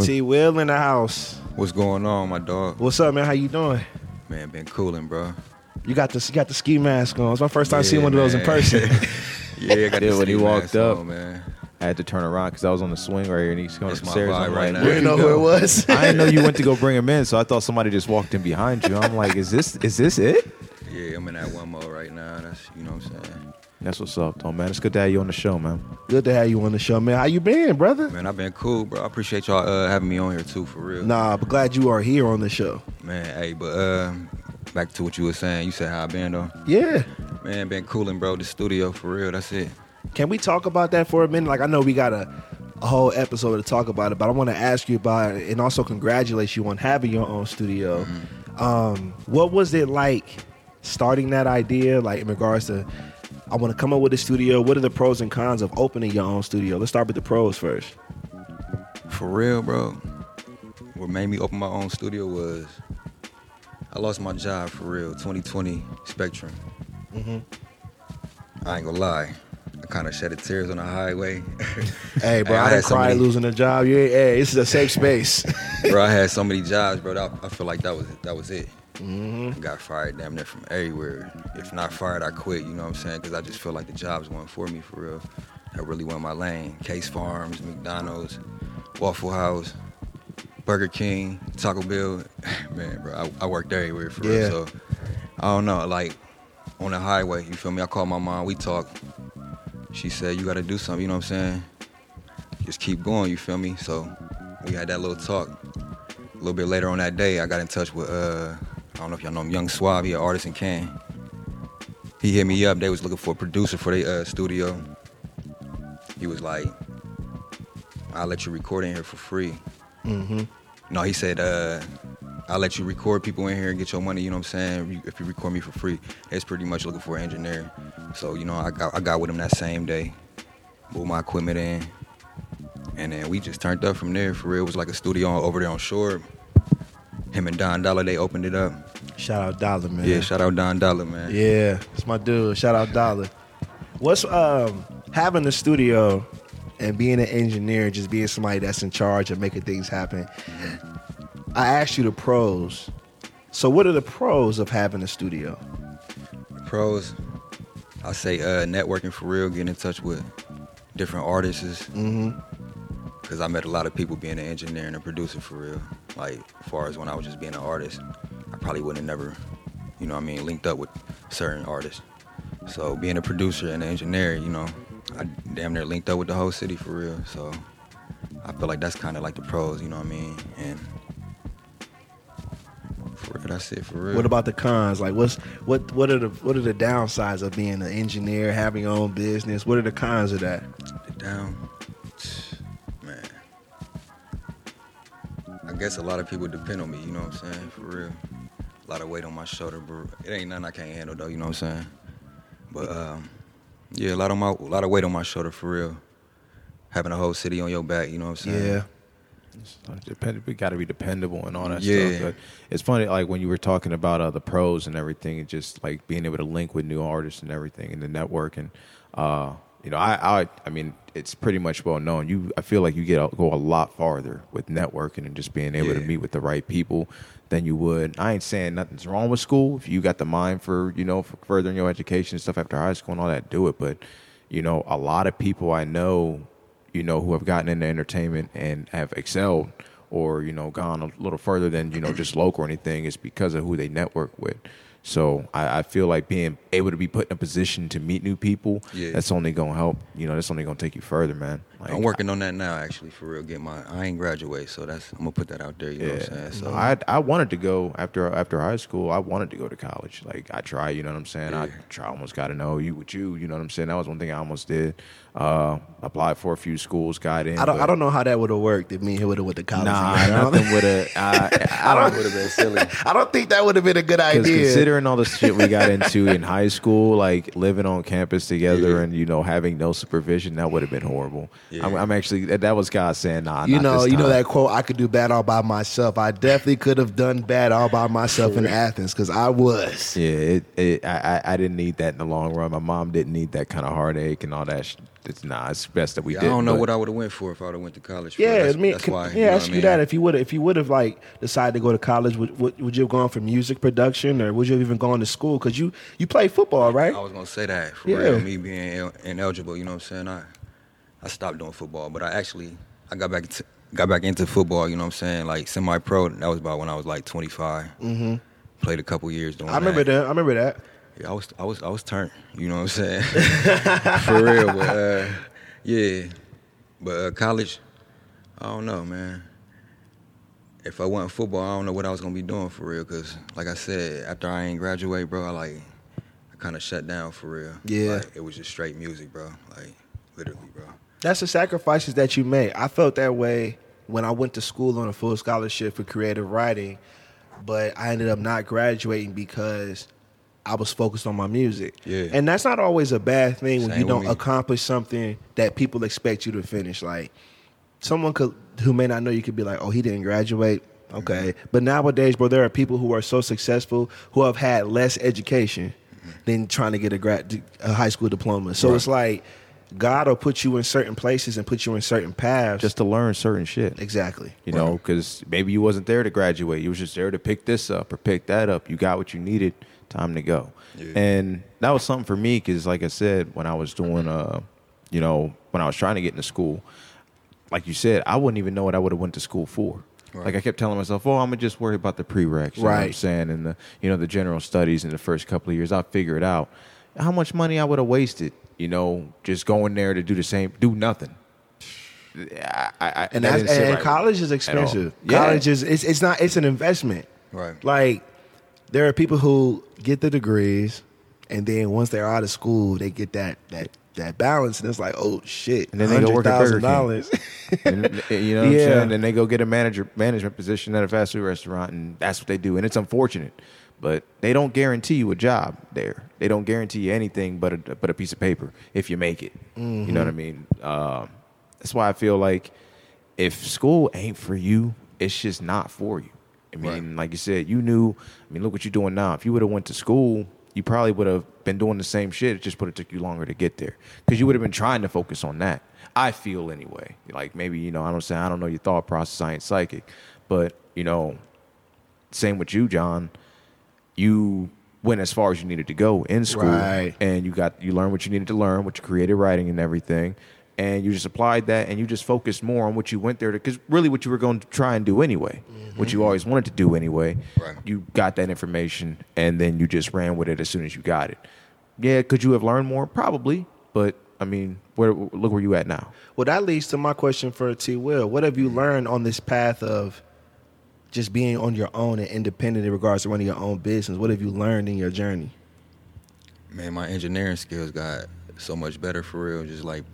T Will in the house. What's going on, my dog? What's up, man? How you doing? Man, been cooling, bro. You got this. You got the ski mask on. It's my first time seeing Yeah, one of those in man. person. yeah, I got Yeah, the when he ski walked mask up. on, man. I had to turn around because I was on the swing right here, and he's coming That's my upstairs. vibe I'm like, right now. "Where'd You you know go?" who was. I didn't know you went to go bring him in, so I thought somebody just walked in behind you. I'm like, is this is this it? Yeah, I'm in that one mode right now. That's you know what I'm saying. That's what's up, though, man. It's good to have you on the show, man. Good to have you on the show, man. How you been, brother? Man, I've been cool, bro. I appreciate y'all uh, having me on here too, for real. Nah, but glad you are here on the show. Man, hey, but uh, back to what you were saying. You said how I been though. Yeah. Man, been cooling, bro. The studio, for real. That's it. Can we talk about that for a minute? Like, I know we got a, a whole episode to talk about it, but I want to ask you about it and also congratulate you on having your own studio. Mm-hmm. Um, what was it like starting that idea, like in regards to, I want to come up with a studio? What are the pros and cons of opening your own studio? Let's start with the pros first. For real, bro. What made me open my own studio was I lost my job for real. 2020 Spectrum. Mm-hmm. I ain't gonna lie. I kind of shed a tears on the highway. Hey, bro, Hey, I I had didn't so cry many- losing a job. Yeah, hey, this is a safe space. bro, I had so many jobs, bro. That, I feel like that was that was it. I got fired damn near from everywhere. If not fired, I quit. You know what I'm saying? Because I just feel like the jobs weren't for me for real. That really went my lane. Case Farms, McDonald's, Waffle House, Burger King, Taco Bell. Man, bro, I, I worked everywhere for Yeah. real. So I don't know. Like on the highway, you feel me? I called my mom. We talked. She said, "You got to do something." You know what I'm saying? Just keep going. You feel me? So we had that little talk. A little bit later on that day, I got in touch with uh, I don't know if y'all know him, Young Swab. He an artist in Cannes. He hit me up. They was looking for a producer for their uh, studio. He was like, "I'll let you record in here for free." mm-hmm. No, he said, uh, "I'll let you record people in here and get your money." You know what I'm saying? If you record me for free, it's pretty much looking for an engineer. So you know, I got I got with him that same day, moved my equipment in, and then we just turned up from there. For real, it was like a studio over there on Shore. Him and Don Dollar, they opened it up. Shout out Dollar, man. Yeah, shout out Don Dollar, man. Yeah, it's my dude. Shout out Dollar. What's um having the studio and being an engineer, just being somebody that's in charge of making things happen. I asked you the pros. So what are the pros of having a studio? Pros, I say uh, networking for real, getting in touch with different artists. Mm-hmm. Cause I met a lot of people being an engineer and a producer for real. Like, far as when I was just being an artist, I probably would have never, you know, what I mean, linked up with certain artists. So being a producer and an engineer, you know, I damn near linked up with the whole city for real. So I feel like that's kind of like the pros, you know what I mean? And for real, that's it for real. What about the cons? Like what's what what are the what are the downsides of being an engineer, having your own business? What are the cons of that? it down. Man. I guess a lot of people depend on me, you know what I'm saying? For real. A lot of weight on my shoulder, bro. It ain't nothing I can't handle though, you know what I'm saying? But um, yeah, a lot on my a lot of weight on my shoulder for real. Having a whole city on your back, you know what I'm saying? Yeah. Depend- we got to be dependable and all that Yeah. stuff. But it's funny, like when you were talking about uh, the pros and everything, and just like being able to link with new artists and everything, and the network, and uh, you know, I, I, I mean, it's pretty much well known. You, I feel like you get a- go a lot farther with networking and just being able to Yeah. meet with the right people than you would. I ain't saying nothing's wrong with school. If you got the mind for you know for furthering your education and stuff after high school and all that, do it. But you know, a lot of people I know you know, who have gotten into entertainment and have excelled or, you know, gone a little further than, you know, just local or anything is because of who they network with. So I, I feel like being able to be put in a position to meet new people, Yeah. that's only gonna help. You know, that's only gonna take you further, man. Like, I'm working on that now actually, for real. Get my I ain't graduate, so that's I'm gonna put that out there, you know what I'm saying? So I I wanted to go after after high school. I wanted to go to college. Like I tried, you know what I'm saying. I Yeah. try, almost got to know you with you. You know what I'm saying. That was one thing I almost did. Uh, applied for a few schools, got in. I don't I but- don't know how that would have worked if me and him would have went to college. Nah, together. I don't- nothing with a. I, I don't. would have been silly. I don't think that would have been a good Because idea. considering all the shit we got into in high school, like living on campus together Yeah. and you know having no supervision, that would have been horrible. Yeah. I'm, I'm actually that, that was God saying, "Nah, You not know, this you know time." that quote. I could do bad all by myself. I definitely could have done bad all by myself in Athens because I was. Yeah, it, it, I, I I didn't need that in the long run. My mom didn't need that kind of heartache and all that sh- it's nah. It's best that we Yeah, I did. don't know but- what I would have went for if I would have went to college. For. Yeah, that's, I mean, that's can- why. yeah, you know ask what I you mean? that. If you would, if you would have like decided to go to college, would, would would you have gone for music production, or would you have even gone to school? Because you you play football, right? I was gonna say that for Yeah. real, me being il- ineligible. You know what I'm saying? I I stopped doing football, but I actually I got back to, got back into football. You know what I'm saying? Like semi-pro. That was about when I was like 25. Mm-hmm. Played a couple years doing. I remember that. I remember that. Yeah, I was I was I was turned. You know what I'm saying? For real, but uh, yeah, but uh, college, I don't know, man. If I wasn't football, I don't know what I was gonna be doing for real. Cause like I said, after I ain't graduate, bro, I like I kind of shut down for real. Yeah. Like, it was just straight music, bro. Like literally, bro. That's the sacrifices that you make. I felt that way when I went to school on a full scholarship for creative writing, but I ended up not graduating because I was focused on my music. Yeah. And that's not always a bad thing when Same you with don't me. accomplish something that people expect you to finish. Like someone could who may not know you could be like, "Oh, he didn't graduate." Okay. But nowadays, bro, there are people who are so successful who have had less education than trying to get a grad a high school diploma. So it's like God will put you in certain places and put you in certain paths. just to learn certain shit. exactly. You know, because maybe you wasn't there to graduate. You was just there to pick this up or pick that up. You got what you needed. Time to go. Yeah. And that was something for me because, like I said, when I was doing, uh, you know, when I was trying to get into school, like you said, I wouldn't even know what I would have went to school for. Right. Like I kept telling myself, "Oh, I'm gonna just worry about the prereqs, you know what I'm Right. saying, and the you know the general studies in the first couple of years. I'll figure it out." How much money I would have wasted, you know, just going there to do the same, do nothing. I, I, I- And that's, that didn't and, sit right with me college is at all. expensive. Yeah. College is it's it's not it's an investment. Right. Like there are people who get the degrees and then once they're out of school, they get that that that balance and it's like, "Oh shit." And then they go work at Burger King. $100,000. And, you know what Yeah. I'm saying? And they go get a manager management position at a fast food restaurant, and that's what they do. And it's unfortunate, but they don't guarantee you a job there. They don't guarantee you anything but a, but a piece of paper if you make it. You know what I mean? Um, that's why I feel like if school ain't for you, it's just not for you. I mean, like you said, you knew. I mean, look what you're doing now. If you would have went to school, you probably would have been doing the same shit. It just would have took you longer to get there because you would have been trying to focus on that. I feel anyway. Like maybe you know, I don't say I don't know your thought process. I ain't psychic, but you know, same with you, John. You went as far as you needed to go in school, Right. and you got you learned what you needed to learn, what you created writing and everything, and you just applied that, and you just focused more on what you went there to, because really what you were going to try and do anyway, what you always wanted to do anyway. Right. You got that information, and then you just ran with it as soon as you got it. Yeah, could you have learned more? Probably, but I mean, where look where you at now? Well, that leads to my question for T. Will. What have you learned on this path of just being on your own and independent in regards to running your own business? What have you learned in your journey? Man, my engineering skills got so much better for real. Just like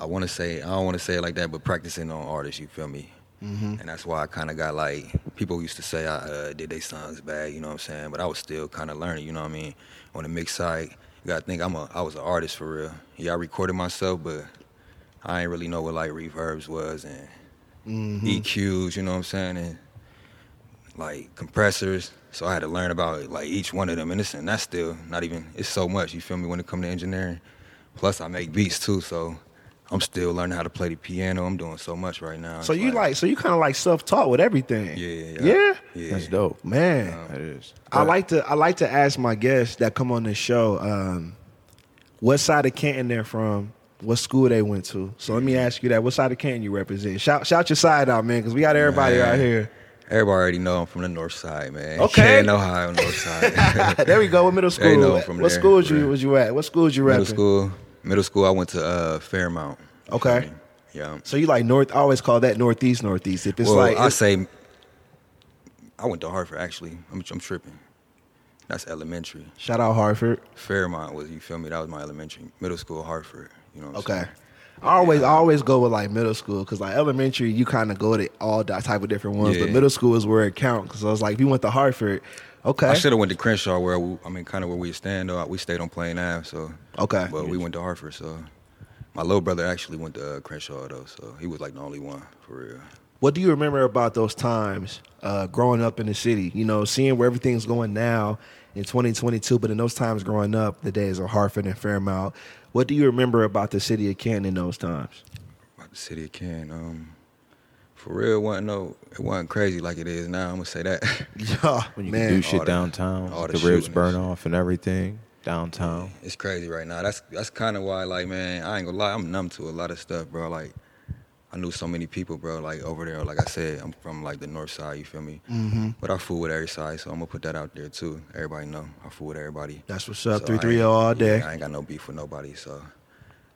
I want to say, I don't want to say it like that, but practicing on artists, you feel me? Mm-hmm. And that's why I kind of got like people used to say I uh, did they songs bad, you know what I'm saying? But I was still kind of learning, you know what I mean? On the mix side, you gotta think I'm a I was an artist for real. Yeah, I recorded myself, but I ain't really know what like reverbs was and Mm-hmm. EQs, you know what I'm saying? And like compressors. So I had to learn about like each one of them, and this and that's still not even. It's so much. You feel me when it comes to engineering. Plus, I make beats too, so I'm still learning how to play the piano. I'm doing so much right now. So It's you like, so you kind of like self taught with everything. yeah, yeah, yeah. yeah. That's dope. Man, That is. I like to I like to ask my guests that come on this show, um, what side of Canton they're from, what school they went to. So let me ask you that: What side of Canton you represent? Shout shout your side out, man, because we got everybody Man. out here. Everybody already know I'm from the north side, man. Okay. Canton, Ohio, north side. there we go. What middle They school? know I'm from what there, school for you real. was you at? What school you middle repping? school, middle school. I went to uh, Fairmount. You Okay. feel me? Yeah. So you like north? I always call that northeast, northeast. If it's well, like I it's- say, I went to Hartford actually. I'm, I'm tripping. That's elementary. shout out Hartford. Fairmont was you feel me? That was my elementary, middle school, Hartford. You know. What I'm Okay. saying? I always I always go with like middle school because like elementary you kind of go to all that type of different ones, but Yeah. middle school is where it counts. Because I was like, if you went to Hartford, okay, I should have went to Crenshaw where we, I mean, kind of where we stand. Though we stayed on Plain Ave, so okay, but we went to Hartford. So my little brother actually went to uh, Crenshaw though, so he was like the only one for real. What do you remember about those times uh, growing up in the city? You know, seeing where everything's going now in 2022, but in those times growing up, the days of Hartford and Fairmount, What do you remember about the city of Canton in those times? about the city of Canton. Um, for real, wasn't no, it wasn't crazy like it is now. I'm gonna say that. Yeah, When you man. uh, can do shit all the- downtown, all the, the ribs shootings. burn off and everything downtown. it's crazy right now. That's that's kind of why, like, man, I ain't gonna lie, I'm numb to a lot of stuff, bro. Like, I knew so many people, bro. Like over there, like I said, I'm from like the north side. You feel me? Mhm. But I fool with every side, so I'm gonna put that out there too. Everybody know I fool with everybody. That's what's up. So Three I three oh ain't- all day. yeah, I ain't got no beef with nobody, so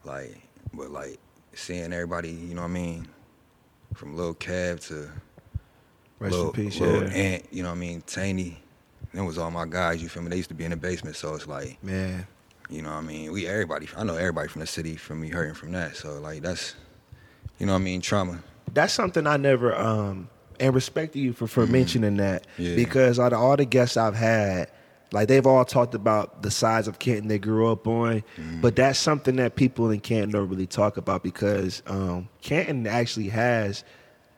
like, but like seeing everybody, you know what I mean, from Lil Cab to Rest Lil, in peace. Lil Yeah. Ant, you know what I mean, Taney. Them was all my guys. You feel me? They used to be in the basement, so it's like, Man, you know what I mean. We everybody. I know everybody from the city from me hurting from that. So like that's, you know what I mean, trauma. that's something I never um and respect to you for for mentioning that Mm-hmm. Yeah. because out of all the guests I've had, like they've all talked about the sides of Canton they grew up on, Mm-hmm. but that's something that people in Canton don't really talk about because um Canton actually has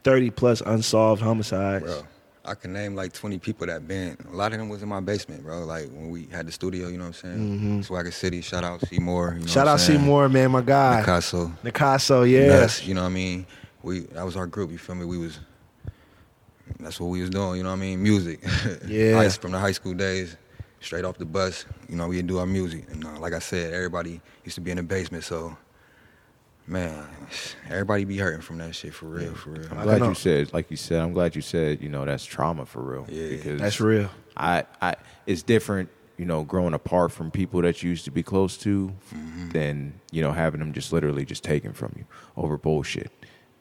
thirty plus unsolved homicides. Bro, I can name like 20 people that been. A lot of them was in my basement, bro. Like when we had the studio, you know what I'm saying? Swagger City, shout out Seymour. You know Mm-hmm. Shout what I'm out saying? Seymour, man, my guy. Picasso. Nicasso, yeah. Nuts, you know what I mean? We that was our group, you feel me? We was that's what we was doing, you know what I mean? Music. Yeah. Ice from the high school days, straight off the bus, you know, we do our music. And uh, like I said, everybody used to be in the basement, so man, everybody be hurting from that shit for real, for real. I I'm glad know. you said, like you said, I'm glad you said, you know, that's trauma for real. Yeah. because That's real. I, I, it's different, you know, growing apart from people that you used to be close to, than you know having them just literally just taken from you over bullshit,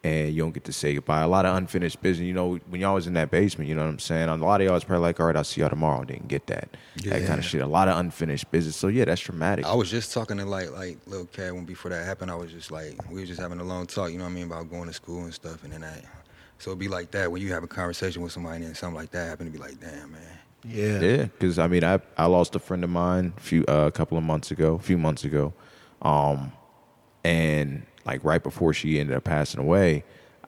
and you don't get to say goodbye. A lot of unfinished business. You know, when y'all was in that basement, you know what I'm saying. A lot of y'all was probably like, all right, I'll see y'all tomorrow. Didn't get that, that kind Yeah. of shit. A lot of unfinished business. So yeah, that's traumatic. I was just talking to like like little cat when before that happened. I was just like we were just having a long talk, you know what I mean, about going to school and stuff, and then I. So it'd be like that when you have a conversation with somebody and then something like that happened. It'd be like, damn man, Yeah. Yeah, because I mean, I I lost a friend of mine a few uh, a couple of months ago, a few months ago, um, and like right before she ended up passing away,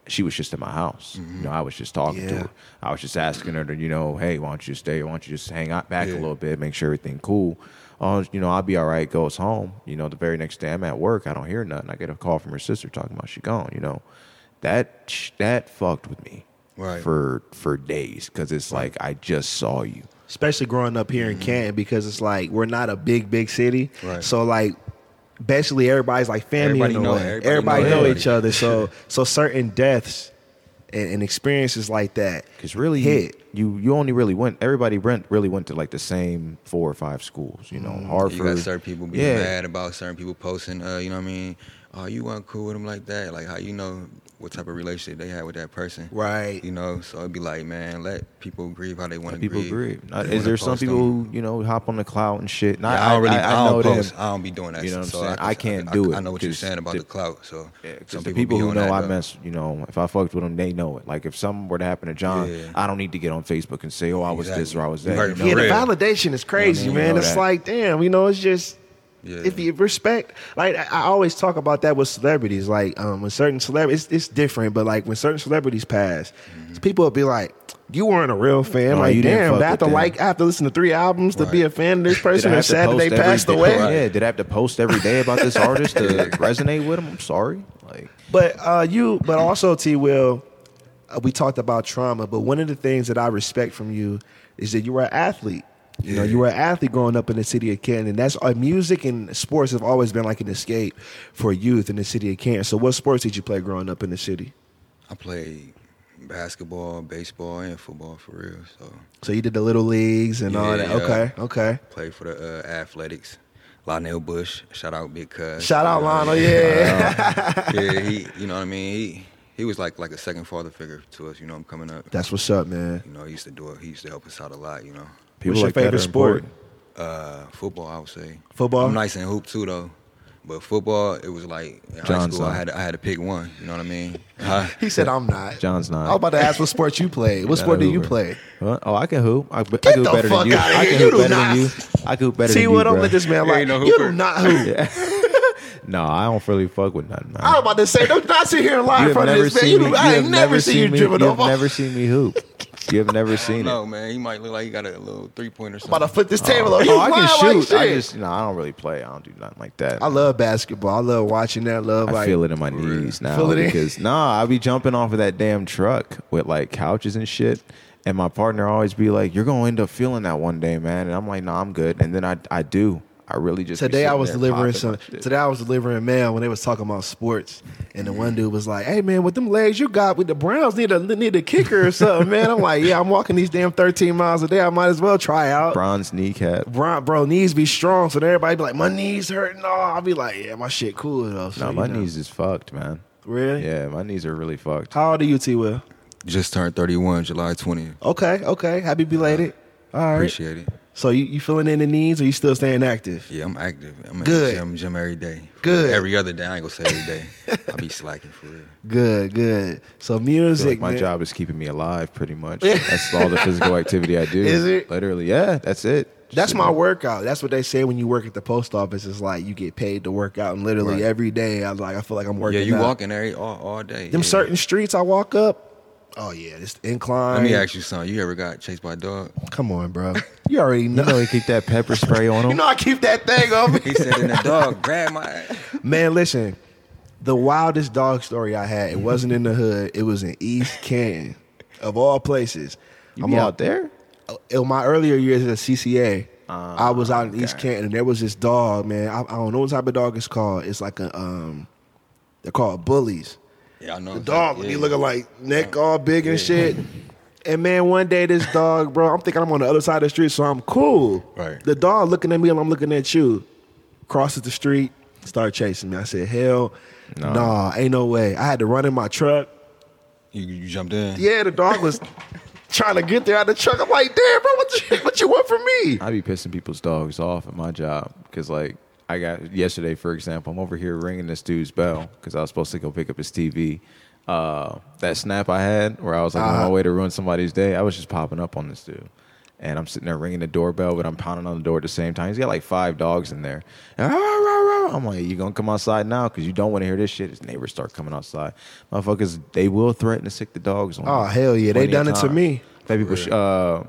she was just at my house. You know, I was just talking to Yeah. her. I was just asking her to, you know, hey, why don't you stay? Why don't you just hang out back a Yeah. little bit, make sure everything cool. Uh, you know, I'll be all right. Goes home. You know, the very next day I'm at work. I don't hear nothing. I get a call from her sister talking about she gone. You know, that that fucked with me Right. for for days because it's like I just saw you. especially growing up here in Canton because it's like we're not a big big city. Mm-hmm. Right. So like basically everybody's like family Everybody in a know- way. everybody Everybody know know everybody. each other. So so certain deaths and, and experiences like that Because really, hit. you you only really went. Everybody went really went to like the same four or five schools. You know, Harvard. Mm, you got certain people being Yeah. mad about certain people posting. Uh, you know what I mean? Oh, you weren't cool with them like that. Like how you know what type of relationship they had with that person, Right. You know, so it'd be like, man, let people grieve how they want to People grieve. agree. They Not- wanna Is there some post people them. who you know hop on the cloud and shit? Not, Yeah, I, don't really. I, know don't them. post. I don't be doing that. You know shit, what I'm so saying? I can- can't do I it know what you're 'cause saying about the- the clout. So Yeah, 'cause some the people be who on know that, I bro. mess, you know, if I fucked with them, they know it. Like if something were to happen to John, Yeah. I don't need to get on Facebook and say, "Oh, I was this Exactly. or I was You that." heard you it know? from yeah, the real. validation is crazy, You know man. that. It's like, damn, you know, it's just Yeah. if you respect like I I always talk about that with celebrities. Like um when certain celebrities it's, it's different, but like when certain celebrities pass, people will be like, You weren't a real fan. Mm-hmm. No, like, you didn't damn, fuck I have with to them. like I have to listen to three albums to be Right. a fan of this Did I person. have It's to sad that post they every passed day- away. Yeah, did I have to post every day about this artist to resonate with him? I'm sorry. Like, But uh, you, but also T. Will, uh, we talked about trauma. But one of the things that I respect from you is that you were an athlete. You know, Yeah. you were an athlete growing up in the city of Canton. And that's uh, music and sports have always been like an escape for youth in the city of Canton. So, what sports did you play growing up in the city? I played basketball, baseball, and football for real. So So you did the little leagues and all that. Yeah. Okay, okay. played for the uh, athletics. Lionel Bush, shout out Big Cuz. Shout out You know what I Lionel, mean? yeah. yeah, he, you know what I mean. He he was like like a second father figure to us. You know, I'm coming up. That's what's up, man. You know, he used to do it. He used to help us out a lot. You know, What's your like that favorite are sport? important. uh, football. I would say Football? I'm nice in hoop too, though. But football, it was like in high John's school. I side. had to, I had to pick one. You know what I mean? Huh? He said, I'm not. John's not. I was about to ask what sport you played. What sport do you Hoover. play? Huh? Oh, I can hoop. I, I can Get hoop the better fuck than you. outta I here. can You hoop do better not. than you. I can hoop better T. than you. Will, don't bruh. let this man You lie. ain't no You hooper. do not hoop. No, I don't really fuck with nothing, man. I was about to say, don't not sit here and lie in front of this man. You, do- I ain't never seen you me. dribble no You've ball. never seen me hoop. You have never seen No, it. man, he might look like he got a little three pointer. I'm about to flip this table over. Oh, I can Wow, shoot. Like I shit. just, no, I don't really play. I don't do nothing like that. I love basketball. I love watching that. I love I like feel it in my knees now Feel it in- because nah, I be jumping off of that damn truck with like couches and shit. And my partner always be like, "You're gonna end up feeling that one day, man." And I'm like, "Nah, I'm good." And then I, I do. I really just be Today I sitting was there delivering popping some. my shit. Today I was delivering mail when they was talking about sports, and the one dude was like, "Hey man, with them legs you got, with the Browns need a need a kicker or something, man." I'm like, "Yeah, I'm walking these damn 13 miles a day. I might as well try out." bronze kneecap. Bro, bro, knees be strong, so then everybody be like, "My knees hurting." Oh, I'll be like, "Yeah, my shit cool though." So, No, you my know. knees is fucked, man. really. Yeah, my knees are really fucked. How old are you, T. Will? Just turned 31, July 20th. Okay, okay. Happy belated. Uh, All right. Appreciate it. So you, you feeling in the knees, or you still staying active? Yeah, I'm active. I'm at Good. the gym, gym every day. Good. Every other day. I ain't gonna say every day. I be slacking for real. Good, good. So I feel music, like my man. job is keeping me alive, pretty much. that's all the physical activity I do. Is it? Literally, yeah. That's it. Just That's sitting my there. workout. That's what they say when you work at the post office. It's like you get paid to work out, and literally Right. every day, I was like, I feel like I'm working. Yeah, you out. walking every all, all day. them yeah. certain streets. I walk up. Oh yeah, this incline. Let me ask you something. You ever got chased by a dog? Come on, bro. You already know. You know, he keep that pepper spray on him. You know I keep that thing on me. He said, and the dog grabbed my ass. Man, listen. The wildest dog story I had. It wasn't in the hood. It was in East Canton, of all places. you be all- out there. in my earlier years at CCA, I Ah, was out in East okay. Canton and there was this dog, man. I, I don't know what type of dog it's called. It's like a um they're called bullies. Yeah, I know. The dog would yeah. be looking like neck all big and shit. And man, one day this dog, bro, I'm thinking I'm on the other side of the street, so I'm cool. Right. The dog looking at me and I'm looking at you. Crosses the street, start chasing me. I said, hell, Nah. nah, ain't no way. I had to run in my truck. You, you jumped in. Yeah, the dog was trying to get there out of the truck. I'm like, damn, bro, what you, what you want from me? I be pissing people's dogs off at my job because, like, I got yesterday, for example, I'm over here ringing this dude's bell because I was supposed to go pick up his TV. Uh, that snap I had where I was like on Uh-huh. my way to ruin somebody's day, I was just popping up on this dude. And I'm sitting there ringing the doorbell, but I'm pounding on the door at the same time. He's got like five dogs in there. And, "Rah, rah, rah." I'm like, you gonna come outside now? Because you don't want to hear this shit. His neighbors start coming outside. Motherfuckers, they will threaten to sick the dogs on. Oh, you hell yeah. They plenty done of it to times. me. That people, sh- uh,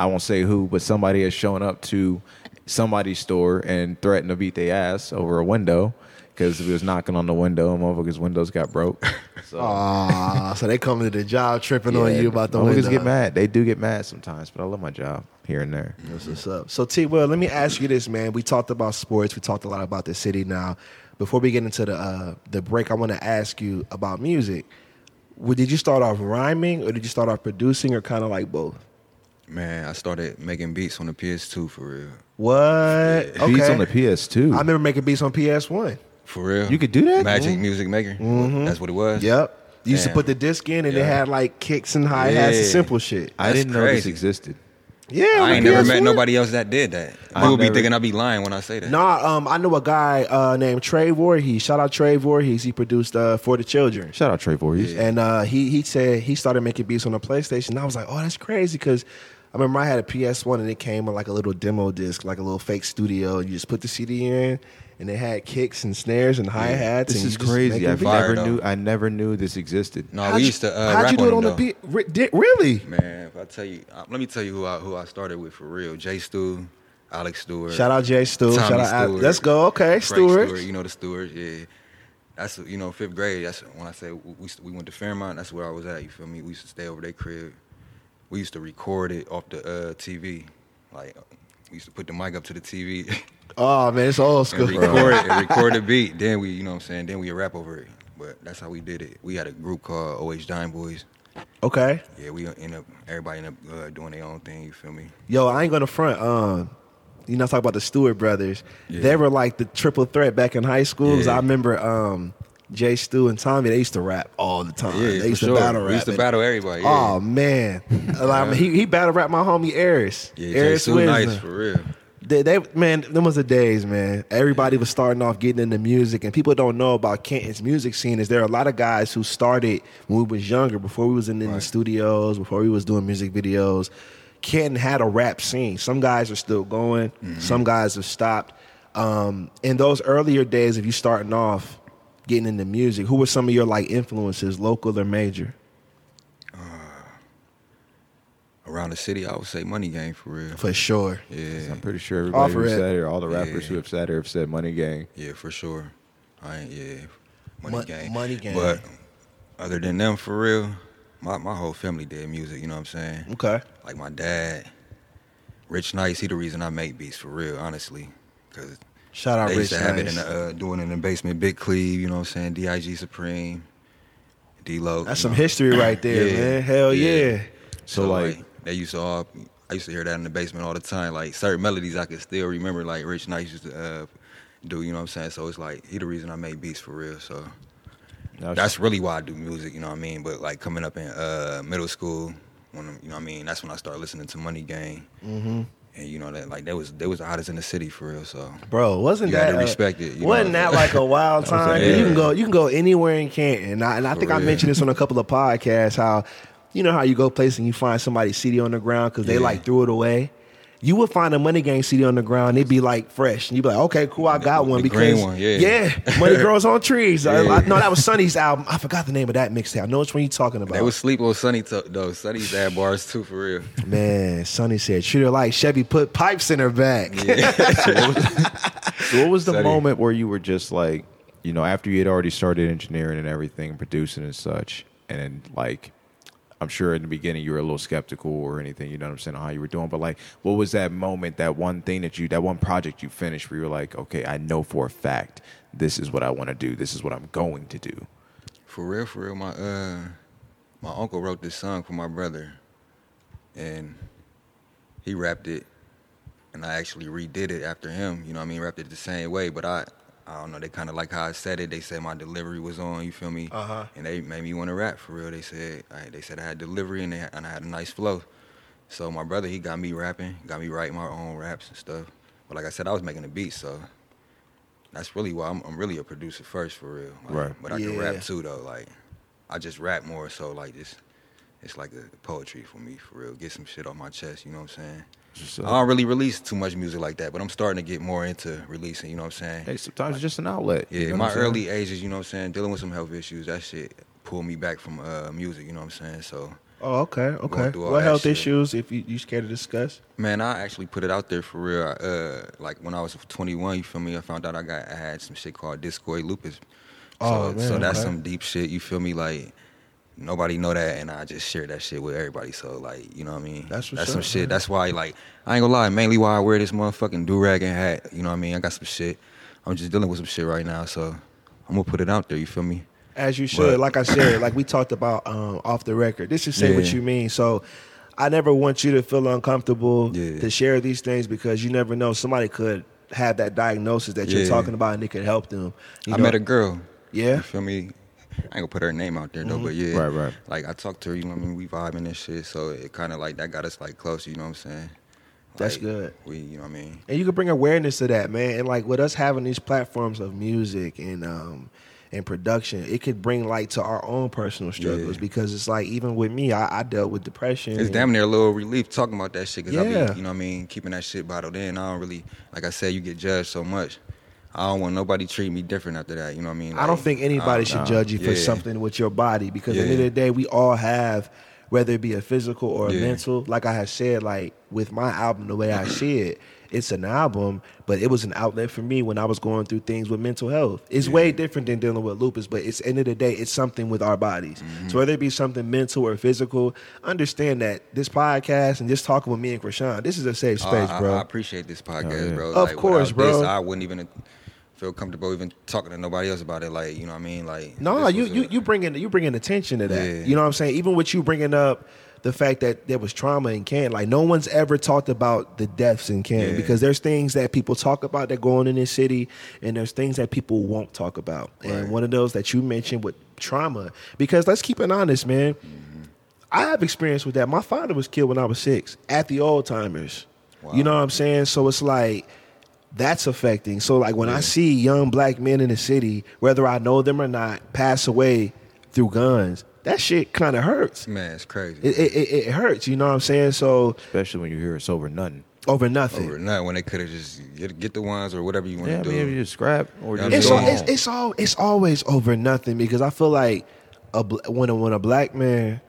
I won't say who, but somebody has shown up to somebody's store and threatened to beat their ass over a window because we was knocking on the window and motherfuckers' windows got broke. So, Ah, so they coming to the job tripping on yeah, you about the motherfuckers window. get mad. They do get mad sometimes, but I love my job here and there. That's what's up. So T, well, let me ask you this, man. We talked about sports. We talked a lot about the city. Now, before we get into the uh, the break, I want to ask you about music. Well, did you start off rhyming, or did you start off producing, or kind of like both? Man, I started making beats on the PS2 for real. What? Okay. Beats on the PS2. I remember making beats on PS One. For real. You could do that? Magic Mm-hmm. Music Maker. That's what it was. Yep. You used to Damn. put the disc in, and it Yeah. had like kicks and hi hats and Yeah. simple shit. I That's didn't know this crazy. existed. Yeah, on I the ain't never met PS1. nobody else that did that. I People be never- thinking I be lying when I say that. Nah, um, I know a guy uh, named Trey Voorhees. Shout out Trey Voorhees. He produced uh, For the Children. Shout out Trey Voorhees. And uh, he he said he started making beats on the PlayStation. I was like, oh, that's crazy because I remember I had a PS1 and it came with like a little demo disc, like a little fake studio. You just put the CD in and it had kicks and snares and hi hats. This and is you just crazy. making I beats. Fire, never though. knew. I never knew this existed. No, How'd we you- used to uh, how'd rap you do it on the them, though. P- re- di- Really? Man, if I tell you, uh, let me tell you who I who I started with for real. Jay Stu, Alex Stewart. Shout out Jay Stewart. Tommy Shout out. Al- Stewart. Let's go. Okay, Frank Stewart. You know the Stewarts, yeah. That's you know fifth grade. That's when I say we used to- we went to Fairmont. That's where I was at. You feel me? We used to stay over their crib. We used to record it off the uh, TV. Like we used to put the mic up to the TV Oh man, it's old and school. record it, and record the beat. Then we, you know, what I'm saying, then we rap over it. But that's how we did it. We had a group called OH Dime Boys. Okay. Yeah, we end up everybody end up uh, doing their own thing. You feel me? Yo, I ain't gonna front. Um, you know, talk about the Stewart brothers. Yeah. They were like the triple threat back in high school. 'cause Yeah. I remember um, Jay Stu and Tommy. They used to rap all the time. Yeah, they for used sure. to battle rap. We used to and- battle everybody. Yeah. Oh man, like, he he battle rap my homie Eris. yeah, Jay Eris Stu nice Wisdom. for real. They, they man, them was the days, man. Everybody was starting off getting into music, and people don't know about Canton's music scene. Is there are a lot of guys who started when we was younger, before we was in, in the Right. studios, before we was doing music videos. Canton had a rap scene. Some guys are still going, Mm-hmm. some guys have stopped. Um, in those earlier days, if you starting off getting into music, who were some of your like influences, local or major? around the city, I would say money game for real. for sure. Yeah, I'm pretty sure everybody Offer who it. sat here, all the rappers who Yeah. have sat here have said Money Gang. yeah, for sure. I ain't yeah, money Mon- game, money game. But other than them, for real, my my whole family did music. You know what I'm saying? Okay. Like my dad, Rich Nice, he the reason I make beats for real, honestly. Cause Shout out they Rich used to have it in Nice. the uh, doing it in the basement. Big Cleve, you know what I'm saying? Dig Supreme, D Lo. That's some history right there, Yeah. man. Hell yeah. Yeah. So, So, like- like, they used to all. I used to hear that in the basement all the time. Like certain melodies I could still remember. Like Rich Nice used to uh, do. You know what I'm saying? So it's like he the reason I make beats for real. So Now, that's really why I do music. You know what I mean? But like coming up in uh, middle school, when I'm- you know what I mean, that's when I started listening to Money Gang. Mm-hmm. And you know that like they was they was the hottest in the city for real. So Bro, wasn't You that had to uh, respect it, you know wasn't what that I'm like a wild was time? like, 'Cause You yeah. can go you can go anywhere in Canton. And I, and I For think I real. mentioned this on a couple of podcasts how you know how you go places and you find somebody's CD on the ground because they Yeah. like threw it away. You would find a money gang CD on the ground, it'd be like fresh. And you'd be like, okay, cool, I got The one because green one, yeah. money grows on trees. I- Yeah. I, no, that was Sonny's album. I forgot the name of that mixtape. I know which one you're talking about. they was sleep on Sunny t- though. Sunny's dad bars too for real. Man, Sonny said, treat her like Chevy put pipes in her back. so what was the Study. moment where you were just like, you know, after you had already started engineering and everything, producing and such, and then like, I'm sure in the beginning you were a little skeptical or anything, you know what I'm saying, how you were doing, but like, what was that moment, that one thing that you, that one project you finished where you were like, okay, I know for a fact this is what I want to do, this is what I'm going to do. For real, for real, my uh, my uncle wrote this song for my brother, and he rapped it, and I actually redid it after him. You know, what I mean, rapped it the same way, but I, I don't know. They kind of like how I said it. They said my delivery was on. You feel me? Uh-huh. And they made me want to rap for real. They said, I, they said I had delivery and, they, and I had a nice flow. So my brother, he got me rapping, got me writing my own raps and stuff. But like I said, I was making the beats, so that's really why I'm, I'm really a producer first for real. Like, Right. But I can Yeah. rap too though. Like I just rap more, so like it's it's like a poetry for me for real. Get some shit off my chest. You know what I'm saying? Just, uh, I don't really release too much music like that, but I'm starting to get more into releasing. You know what I'm hey, saying? sometimes it's just an outlet. you Yeah, know what in my I'm saying? early ages, you know what I'm saying, dealing with some health issues, that shit pulled me back from uh, music. You know what I'm saying? So Oh, okay, okay. through all What that health shit. issues? If you you scared to discuss? Man, I actually put it out there for real. I, uh, like when I was 21, you feel me? I found out I got I had some shit called discoid lupus. So, Oh, man, so that's okay. some deep shit. You feel me? Like nobody know that, and I just share that shit with everybody. So like, you know what I mean? That's what's that's up, some shit. man. That's why like I ain't gonna lie. Mainly why I wear this motherfucking do rag and hat. You know what I mean? I got some shit. I'm just dealing with some shit right now, so I'm gonna put it out there. You feel me? As you should. But- like I said, like we talked about um, off the record. This is say what Yeah. you mean. So I never want you to feel uncomfortable Yeah. to share these things because you never know somebody could have that diagnosis that you're Yeah. talking about and it could help them. You I know? met a girl. Yeah? Mm-hmm. You feel me? I ain't gonna put her name out there though, but yeah. Right, right. Like I talked to her, you know what I mean? We vibing and shit. So it kinda like that got us like close, you know what I'm saying? That's Like, good. We you know what I mean? and you can bring awareness to that, man. And like with us having these platforms of music and um and production, it could bring light to our own personal struggles Yeah. because it's like even with me, I, I dealt with depression. It's and- damn near a little relief talking about that shit because I Yeah. be, you know what I mean, keeping that shit bottled in. I don't really, like I said, you get judged so much. I don't want nobody treat me different after that. You know what I mean? uh, I don't think anybody should nah. judge you for Yeah. something with your body because at the Yeah. end of the day, we all have, whether it be a physical or a Yeah. mental. Like I had said, like with my album, the way I see it, it's an album, but it was an outlet for me when I was going through things with mental health. It's way different than dealing with lupus, but it's end of the day, it's something with our bodies. Mm-hmm. So whether it be something mental or physical, understand that this podcast and just talking with me and Krishan, this is a safe Oh, space, I, bro. Oh, I appreciate this podcast, yeah. bro. Of course, without this, bro. I wouldn't even feel comfortable even talking to nobody else about it. Like, you know what I mean? Like, No, this you was you a- you bringing you bringing attention to that. Yeah. You know what I'm saying? Even with you bringing up the fact that there was trauma in Canton, like no one's ever talked about the deaths in Canton Yeah. because there's things that people talk about that go on in this city, and there's things that people won't talk about. Right. And one of those that you mentioned with trauma, because let's keep it honest, man. Mm-hmm. I have experience with that. My father was killed when I was six at the old timers. Wow. You know what I'm saying? So it's like that's affecting. So like when I see young black men in the city, whether I know them or not, pass away through guns, that shit kind of hurts. Man, it's crazy. It, it, it, it hurts. You know what I'm saying? So Especially when you hear it's over nothing. over nothing. over nothing when they could have just get, get the ones or whatever you want to Yeah, I do. mean, if you just scrap or Yeah, just it's, go all, it's home. it's all it's always over nothing because I feel like a bl- when a, when a black man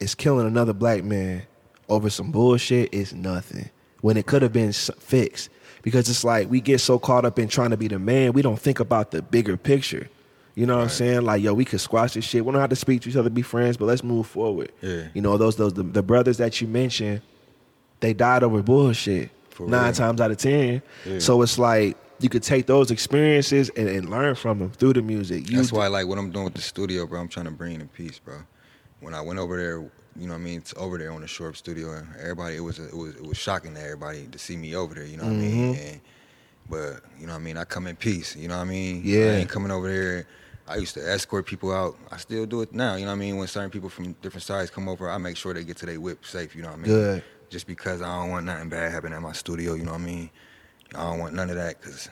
is killing another black man over some bullshit is nothing when it could have been s- fixed. Because it's like we get so caught up in trying to be the man, we don't think about the bigger picture. You know what I'm saying? Like, yo, we could squash this shit. We don't have to speak to each other, be friends, but let's move forward. Yeah. You know, those those the, the brothers that you mentioned, they died over bullshit For nine real. times out of ten. Yeah. So it's like you could take those experiences and, and learn from them through the music. You That's why I like what I'm doing with the studio, bro. I'm trying to bring in peace, bro. When I went over there, you know what I mean, it's over there on the Short studio, and everybody, it was it was it was shocking to everybody to see me over there. You know what I Mm-hmm. mean? And, but you know what I mean. I come in peace. You know what I mean? Yeah. I ain't coming over there. I used to escort people out. I still do it now. You know what I mean? When certain people from different sides come over, I make sure they get to their whip safe. You know what I mean? Good. Just because I don't want nothing bad happening at my studio. You know what I mean? I don't want none of that because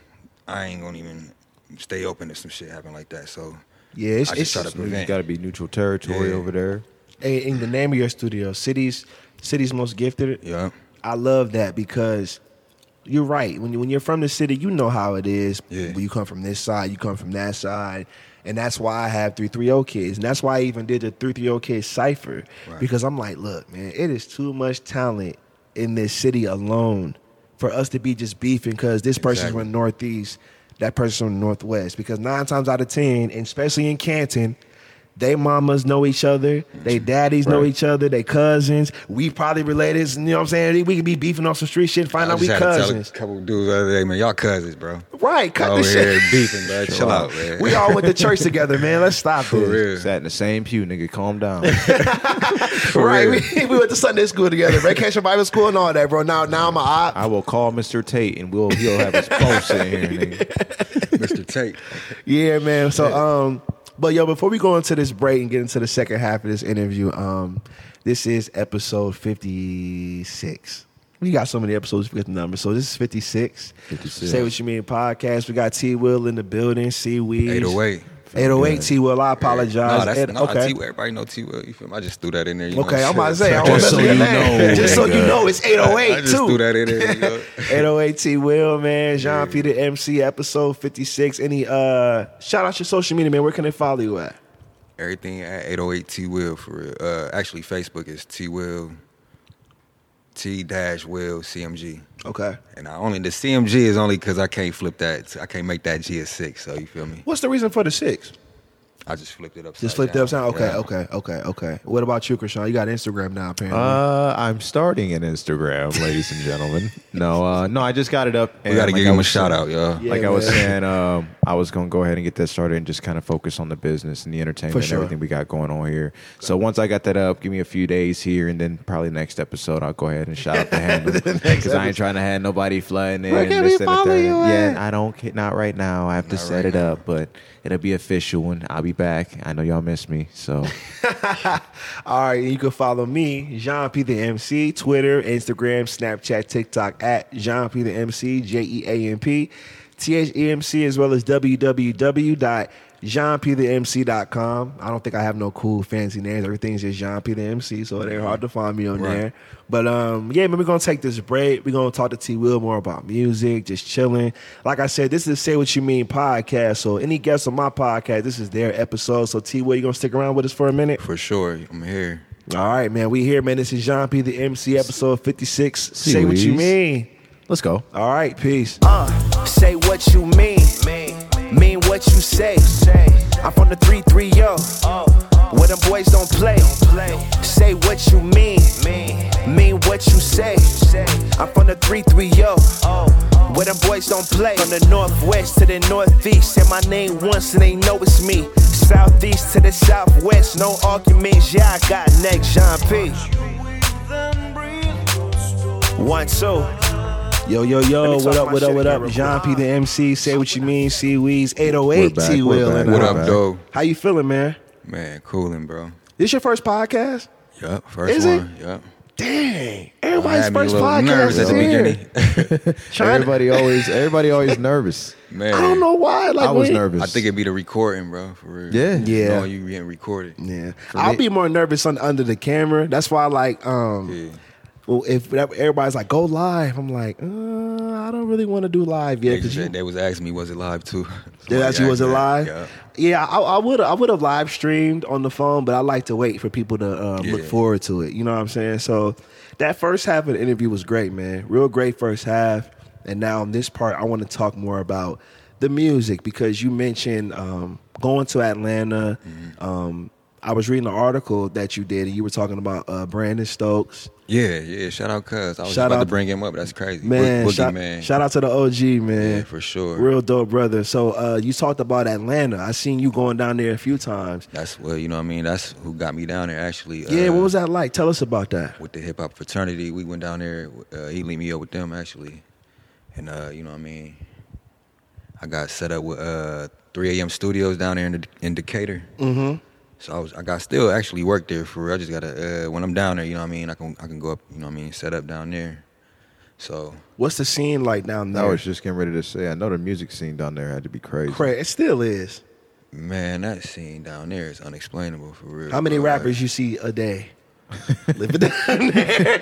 I ain't gonna even stay open if some shit happen like that. So yeah, it's, I it's just try to just- You prevent. got to be neutral territory Yeah. over there. in, in the name of your studio, cities, cities most gifted. Yeah, I love that because you're right. When you, when you're from the city, you know how it is. Yeah. You come from this side, you come from that side, and that's why I have three three O kids, and that's why I even did the three three O kids cipher Right. because I'm like, look, man, it is too much talent in this city alone for us to be just beefing because this person's Exactly. from northeast, that person's from northwest. Because nine times out of ten, and especially in Canton. They mamas know each other. They daddies know Right. each other. They cousins. We probably related. You know what I'm saying? We could be beefing off some street shit. Find I now we just had to tell Oh, a cousins. couple dudes the other day, man, y'all cousins, bro. Right, cut the Y'all over here shit. beefing, bro. Chill out, man. We all went to church together, man. Let's stop for this. real. Sat in the same pew, nigga. Calm down. For right, real. we, we went to Sunday school together, vacation Bible school and all that, bro. Now, now I'm a op. I will call Mr. Tate and we'll he'll have us posted in here, nigga. Mr. Tate. Yeah, man. So, um, but yo, before we go into this break and get into the second half of this interview, um, this is episode 56. We got so many episodes, we forget the number. So this is 56. 56. Say what you mean podcast. We got T Will in the building, C Weed. 808. 808 T Will. I apologize. Nah, that's Ed- nah, okay. T-Will. Everybody know T-Will. You feel me? I just threw that in there. You know Okay, I'm about what to say. saying? I don't mess Just so with your you name. know, just so you nigga. know, it's I 808 just too. threw that in there. you know? 808 T Will, man. Jean Peter MC, episode 56. Any uh shout out your social media, man. Where can they follow you at? Everything at 808 T Will for real. Uh, actually, Facebook is T Will T dash Will CMG. Okay. And I only the CMG is only because I can't flip that. I can't make that G a six. So you feel me? What's the reason for the six? I just flipped it up. Just flipped it upside. Okay, okay, okay, okay. What about you, Krishan? You got Instagram now, apparently. Uh, I'm starting an Instagram, ladies and gentlemen. No, uh, no, I just got it up. We gotta and like give I him a was shout saying- out, y'all. Yeah. like I was man. saying, um, I was gonna go ahead and get that started and just kind of focus on the business and the For entertainment sure. and everything we got going on here. So once I got that up, give me a few days here, and then probably next episode I'll go ahead and shout out the handle because I ain't trying to have nobody flooding in. Where can this we and the follow third. you at? Yeah, I don't. ca- Not right now. I have to Not set right it now. up, but it'll be official, and I'll be back. I know y'all miss me, so All right, you can follow me, Jean P the MC, Twitter, Instagram, Snapchat, TikTok at Jean P the MC, J E A M P, T H E M C, as well as www.jeanpthemc.com. I don't think I have no cool fancy names. Everything's just Jean P the MC, so it ain't hard to find me on Right. there. But um, yeah, man, we're gonna take this break. We're gonna talk to T Will more about music, just chilling. Like I said, this is Say What You Mean podcast. So any guests on my podcast, this is their episode. So T Will, you gonna stick around with us for a minute? For sure, I'm here. All right, man. We here, man. This is Jean P. the MC, episode 56. Say what you Louise. mean. let's go. All right, peace. Uh, say what you mean. Mean what you say. I'm from the 330. Where them boys don't play. Say what you mean. Mean what you say. I'm from the 330. Where them boys don't play. From the northwest to the northeast. Say my name once and they know it's me. Southeast to the southwest. No arguments. Yeah, I got next. John P. One, two. Yo, yo, Let me yo. What talk up, my what shit up, what here up? real Jean P. quick. the MC, say what you mean. C Weez, We're 808 back, T we're Will. back, in the What we're house. up, back. though? How you feeling, man? Man, coolin', bro. This your first podcast? Yup, first Is it? one. Yup. Dang. I Everybody's had me a first little podcast nervous is at the here. beginning. Trying to, Everybody always, everybody always nervous. Man, I don't know why. Like, I was we- nervous. I think it'd be the recording, bro. For real. Yeah. Yeah. No, you getting recorded. Yeah. I'll be more nervous on under the camera. That's why I like um Yeah. well, if that- everybody's like go live, I'm like, uh, I I don't really want to do live yet. They, 'cause they, you- they was asking me, was it live too? They asked you was it live? Yeah. Yeah, I, I would I would have live streamed on the phone, but I like to wait for people to um, look Yeah. forward to it. You know what I'm saying? So that first half of the interview was great, man. Real great first half. And now in this part, I want to talk more about the music because you mentioned um, going to Atlanta. Mm-hmm. Um, I was reading an article that you did, and you were talking about uh, Brandon Stokes. Yeah, yeah. Shout out, cuz. I was Shout about to out- bring him up. That's crazy. Bo- Man, Boogie shout, man. shout out to the OG, man. Yeah, for sure. Real dope, brother. So uh, you talked about Atlanta. I seen you going down there a few times. That's well, you know what I mean. That's who got me down there actually. Yeah, uh, what was that like? Tell us about that. With the hip hop fraternity, we went down there. Uh, he linked me up with them actually, and uh, you know what I mean. I got set up with uh, 3 AM Studios down there in, in Decatur. Mm-hmm. So I was, I got still actually work there for real. I just gotta uh, when I'm down there, you know what I mean. I can I can go up, you know what I mean, set up down there. So What's the scene like down I there? was just getting ready to say, I know the music scene down there had to be crazy. Cra- It still is. man, that scene down there is unexplainable for real. How many bro. Like, rappers you see a day? Living down there.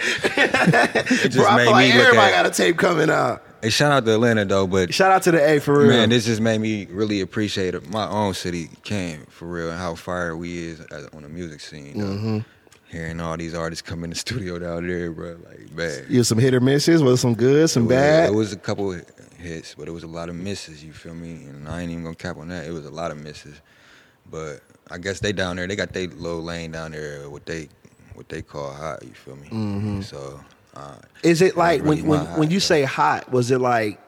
It just Bro, I made feel like me look everybody at. got a tape coming out. Hey, shout out to Atlanta though, but Shout out to the A for real. Man, this just made me really appreciate my own city, Cam, for real, and how fire we is as- on the music scene. you know? Mm-hmm. Hearing all these artists come in the studio down there, bro, like bad. you some hit or misses? Was it some good, some It was- bad? It was a couple of hits, but it was a lot of misses. You feel me? And I ain't even gonna cap on that. It was a lot of misses, but I guess they down there. They got they low lane down there. What they what they call hot. You feel me? Mm-hmm. So. Uh, Is it was like really when when, my when hot, you bro. say hot? Was it like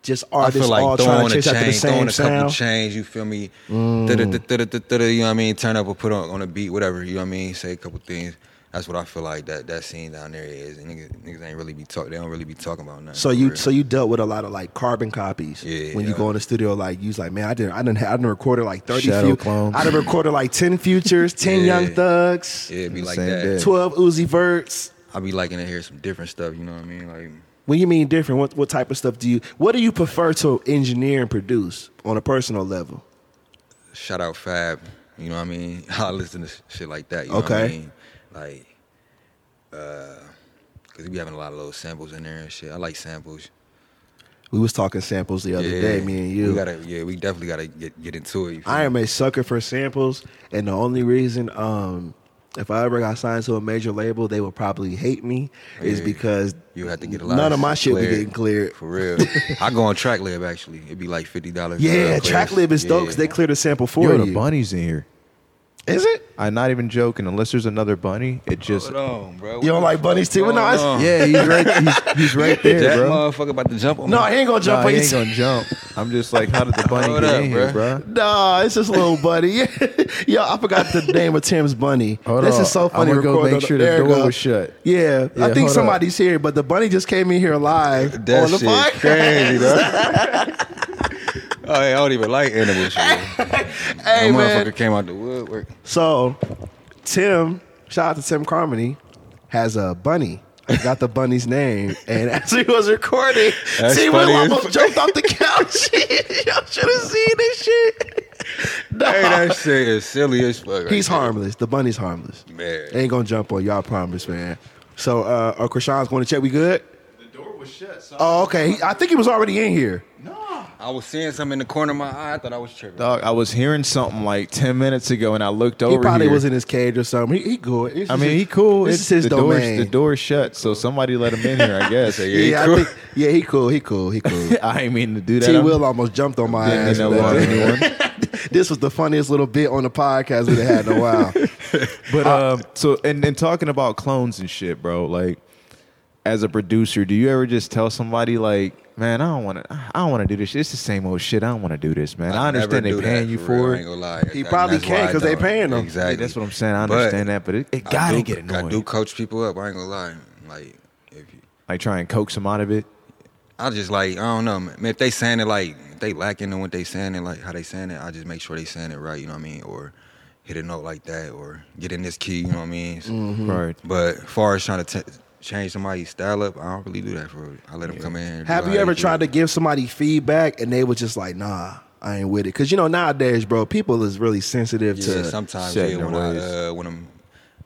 just I artists feel all like trying throwing to a chase after the chain, same throwing a couple sound? Mm. chains. You feel me? Da-da-da-da-da-da-da, You know what I mean? Turn up or put on, on a beat, whatever. You know what I mean? Say a couple things. That's what I feel like that that scene down there is. And niggas, niggas ain't really be talk. They don't really be talking about nothing. So for you real. so you dealt with a lot of like carbon copies Yeah, when you yeah. go in the studio. Like you was like, man, I didn't, I didn't, I didn't recorded like thirty. Shadow few, clones. I done recorded like ten futures, ten Yeah. young thugs, yeah, it be the like same that. day. twelve Uzi verts. I be liking to hear some different stuff. You know what I mean? Like When you mean different, what what type of stuff do you? What do you prefer to engineer and produce on a personal level? shout out Fab. You know what I mean? I listen to sh- shit like that. You know what I Okay. mean? Like, uh, cause we be having a lot of little samples in there and shit. I like samples. We was talking samples the other day, me and you. We gotta, yeah, we definitely gotta get get into it. you feel I me? am a sucker for samples, and the only reason, um, if I ever got signed to a major label, they would probably hate me, is Yeah. because You have to get a lot. none of my shit be cleared. getting cleared. for real. I go on TrackLib actually. It'd be like fifty dollars. Yeah, track lib is dope because they clear the sample for Yo, you. the bunnies in here. Is it? I'm not even joking. Unless there's another bunny, it just Hold on, bro. You don't like bunnies too? Hold No, I- on. yeah, he's right. He's, he's right there, that bro. motherfucker about to jump on No, me. he ain't gonna jump Nah, on he you. ain't gonna jump. I'm just like, how did the bunny Hold get up, in here, bruh. bro? Nah, it's just little buddy. Yo, I forgot the name of Tim's bunny. Hold this on. is so funny. I'ma go recording make on- sure the there it door go. was shut. Yeah, Yeah, I think hold up. somebody's here, but the bunny just came in here live That on the shit podcast. crazy, bro. oh, yeah, I don't even like animals. Bro. Hey that man, motherfucker came out the woodwork. So, Tim, shout out to Tim Carmody, has a bunny. I got the bunny's name, and as he was recording, That's T. funny Will as almost jumped off the couch. Y'all should have seen this shit. Nah. Hey, that shit is silly as fuck. right He's there. harmless. The bunny's harmless. Man. Ain't gonna jump on y'all, promise, man. So, uh, uh Krishan's going to check. We good? The door was shut. So Oh, okay. He- I think he was already in here. I was seeing something in the corner of my eye. I thought I was tripping. Dog, I was hearing something like ten minutes ago, and I looked over. he probably here. was in his cage or something. He, he cool. This I is mean, his- he cool. This It's- is his the domain. Door's, the door's shut, so somebody let him in here, I guess. So, yeah, yeah, I cool. think, yeah, he cool. He cool. He cool. I ain't mean to do that. T. I'm- Will almost jumped on my Didn't ass. mean with no that. harm to anyone. this was the funniest little bit on the podcast we've had in a while. But um, so and and talking about clones and shit, bro. Like, as a producer, do you ever just tell somebody like, "Man, I don't want to. I don't want to do this. It's the same old shit. I don't want to do this, man. I, never understand they do that, paying you real, for I ain't it. gonna lie. He That- probably that's why can't I 'cause they don't. paying him. Exactly. Yeah, that's what I'm saying. I But understand that, but it, it I gotta do- get annoying. I do coach people up. I ain't gonna lie. Like if you, Like, try and coax them out of it. I just like I don't know, man. If they saying it like if they lacking in what they saying and like how they saying it, I just make sure they saying it right. You know what I mean? Or hit a note like that, or get in this key. You know what I mean? Mm-hmm. Right. But far as trying to t- change somebody's style up, I don't really do that for. real. I let them come in. and do Have how you they ever do tried to it. give somebody feedback and they was just like, nah, I ain't with it? Because you know nowadays, bro, people is really sensitive Yeah, to. sometimes set yeah, in their when I ways. uh, when I'm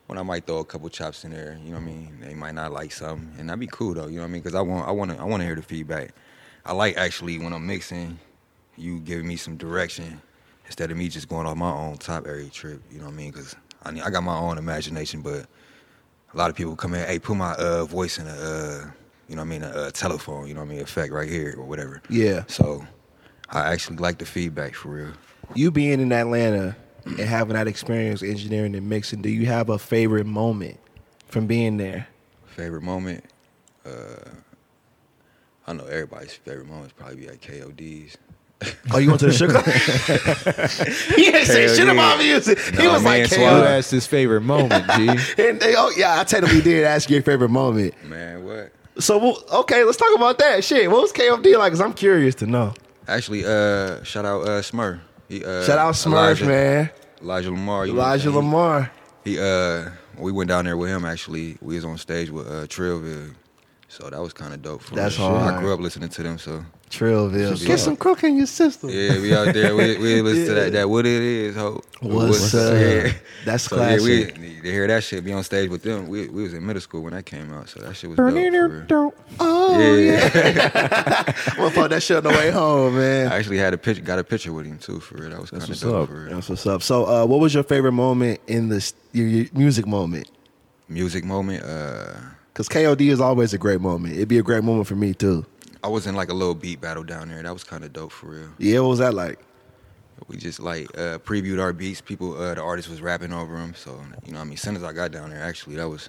when I might throw a couple chops in there. You know what I mean? They might not like something, and that'd be cool though. You know what I mean? Because I want, I want to, I want to hear the feedback. I like actually when I'm mixing, you giving me some direction instead of me just going off my own top area trip. You know what I mean? Because I, I got my own imagination, but a lot of people come in, hey, put my uh, voice in a, uh, you know what I mean, a, uh telephone, you know what I mean, effect right here or whatever. Yeah. So I actually like the feedback for real. You being in Atlanta and having that experience engineering and mixing, do you have a favorite moment from being there? Favorite moment? Uh, I know everybody's favorite moment is probably be at KOD's. Oh, you went to the sugar? he ain't say Hell shit yeah. about music. he Nah, was man, like, it's "Hey, wild. Who uh, asked his favorite moment, G? and they, oh yeah, I technically did ask your favorite moment. Man, what? So well, okay, let's talk about that shit. What was KFD like? Cause I'm curious to know. Actually, uh, shout out uh, Smurf. He, uh, Shout out Smurf, Elijah- man. Elijah Lamar. you know what I'm Elijah saying? He- Lamar. He uh, we went down there with him actually. We was on stage with uh, Trillville, so that was kind of dope. For That's us. hard. I grew up listening to them, so Trillville. Shout Get out. some crook in your system. yeah, we out there. We, we listen to that. That what it is, ho. What's up? That's classic. Yeah, we, to hear that shit, be on stage with them. We we was in middle school when that came out, so that shit was dope. For real. Oh Yeah, yeah. I'm gonna put that shit on the way home, man. I actually had a picture, got a picture with him too. For real, that was kind That's of what's dope. up. For real. That's what's up. So, uh, what was your favorite moment in this your, your music moment? Music moment. Uh, Because KOD is always a great moment. It'd be a great moment for me too. I was in like a little beat battle down there. That was kind of dope for real. Yeah, what was that like? We just like uh, previewed our beats. People, uh, the artist was rapping over them. So you know, what I mean, as soon as I got down there, actually, that was,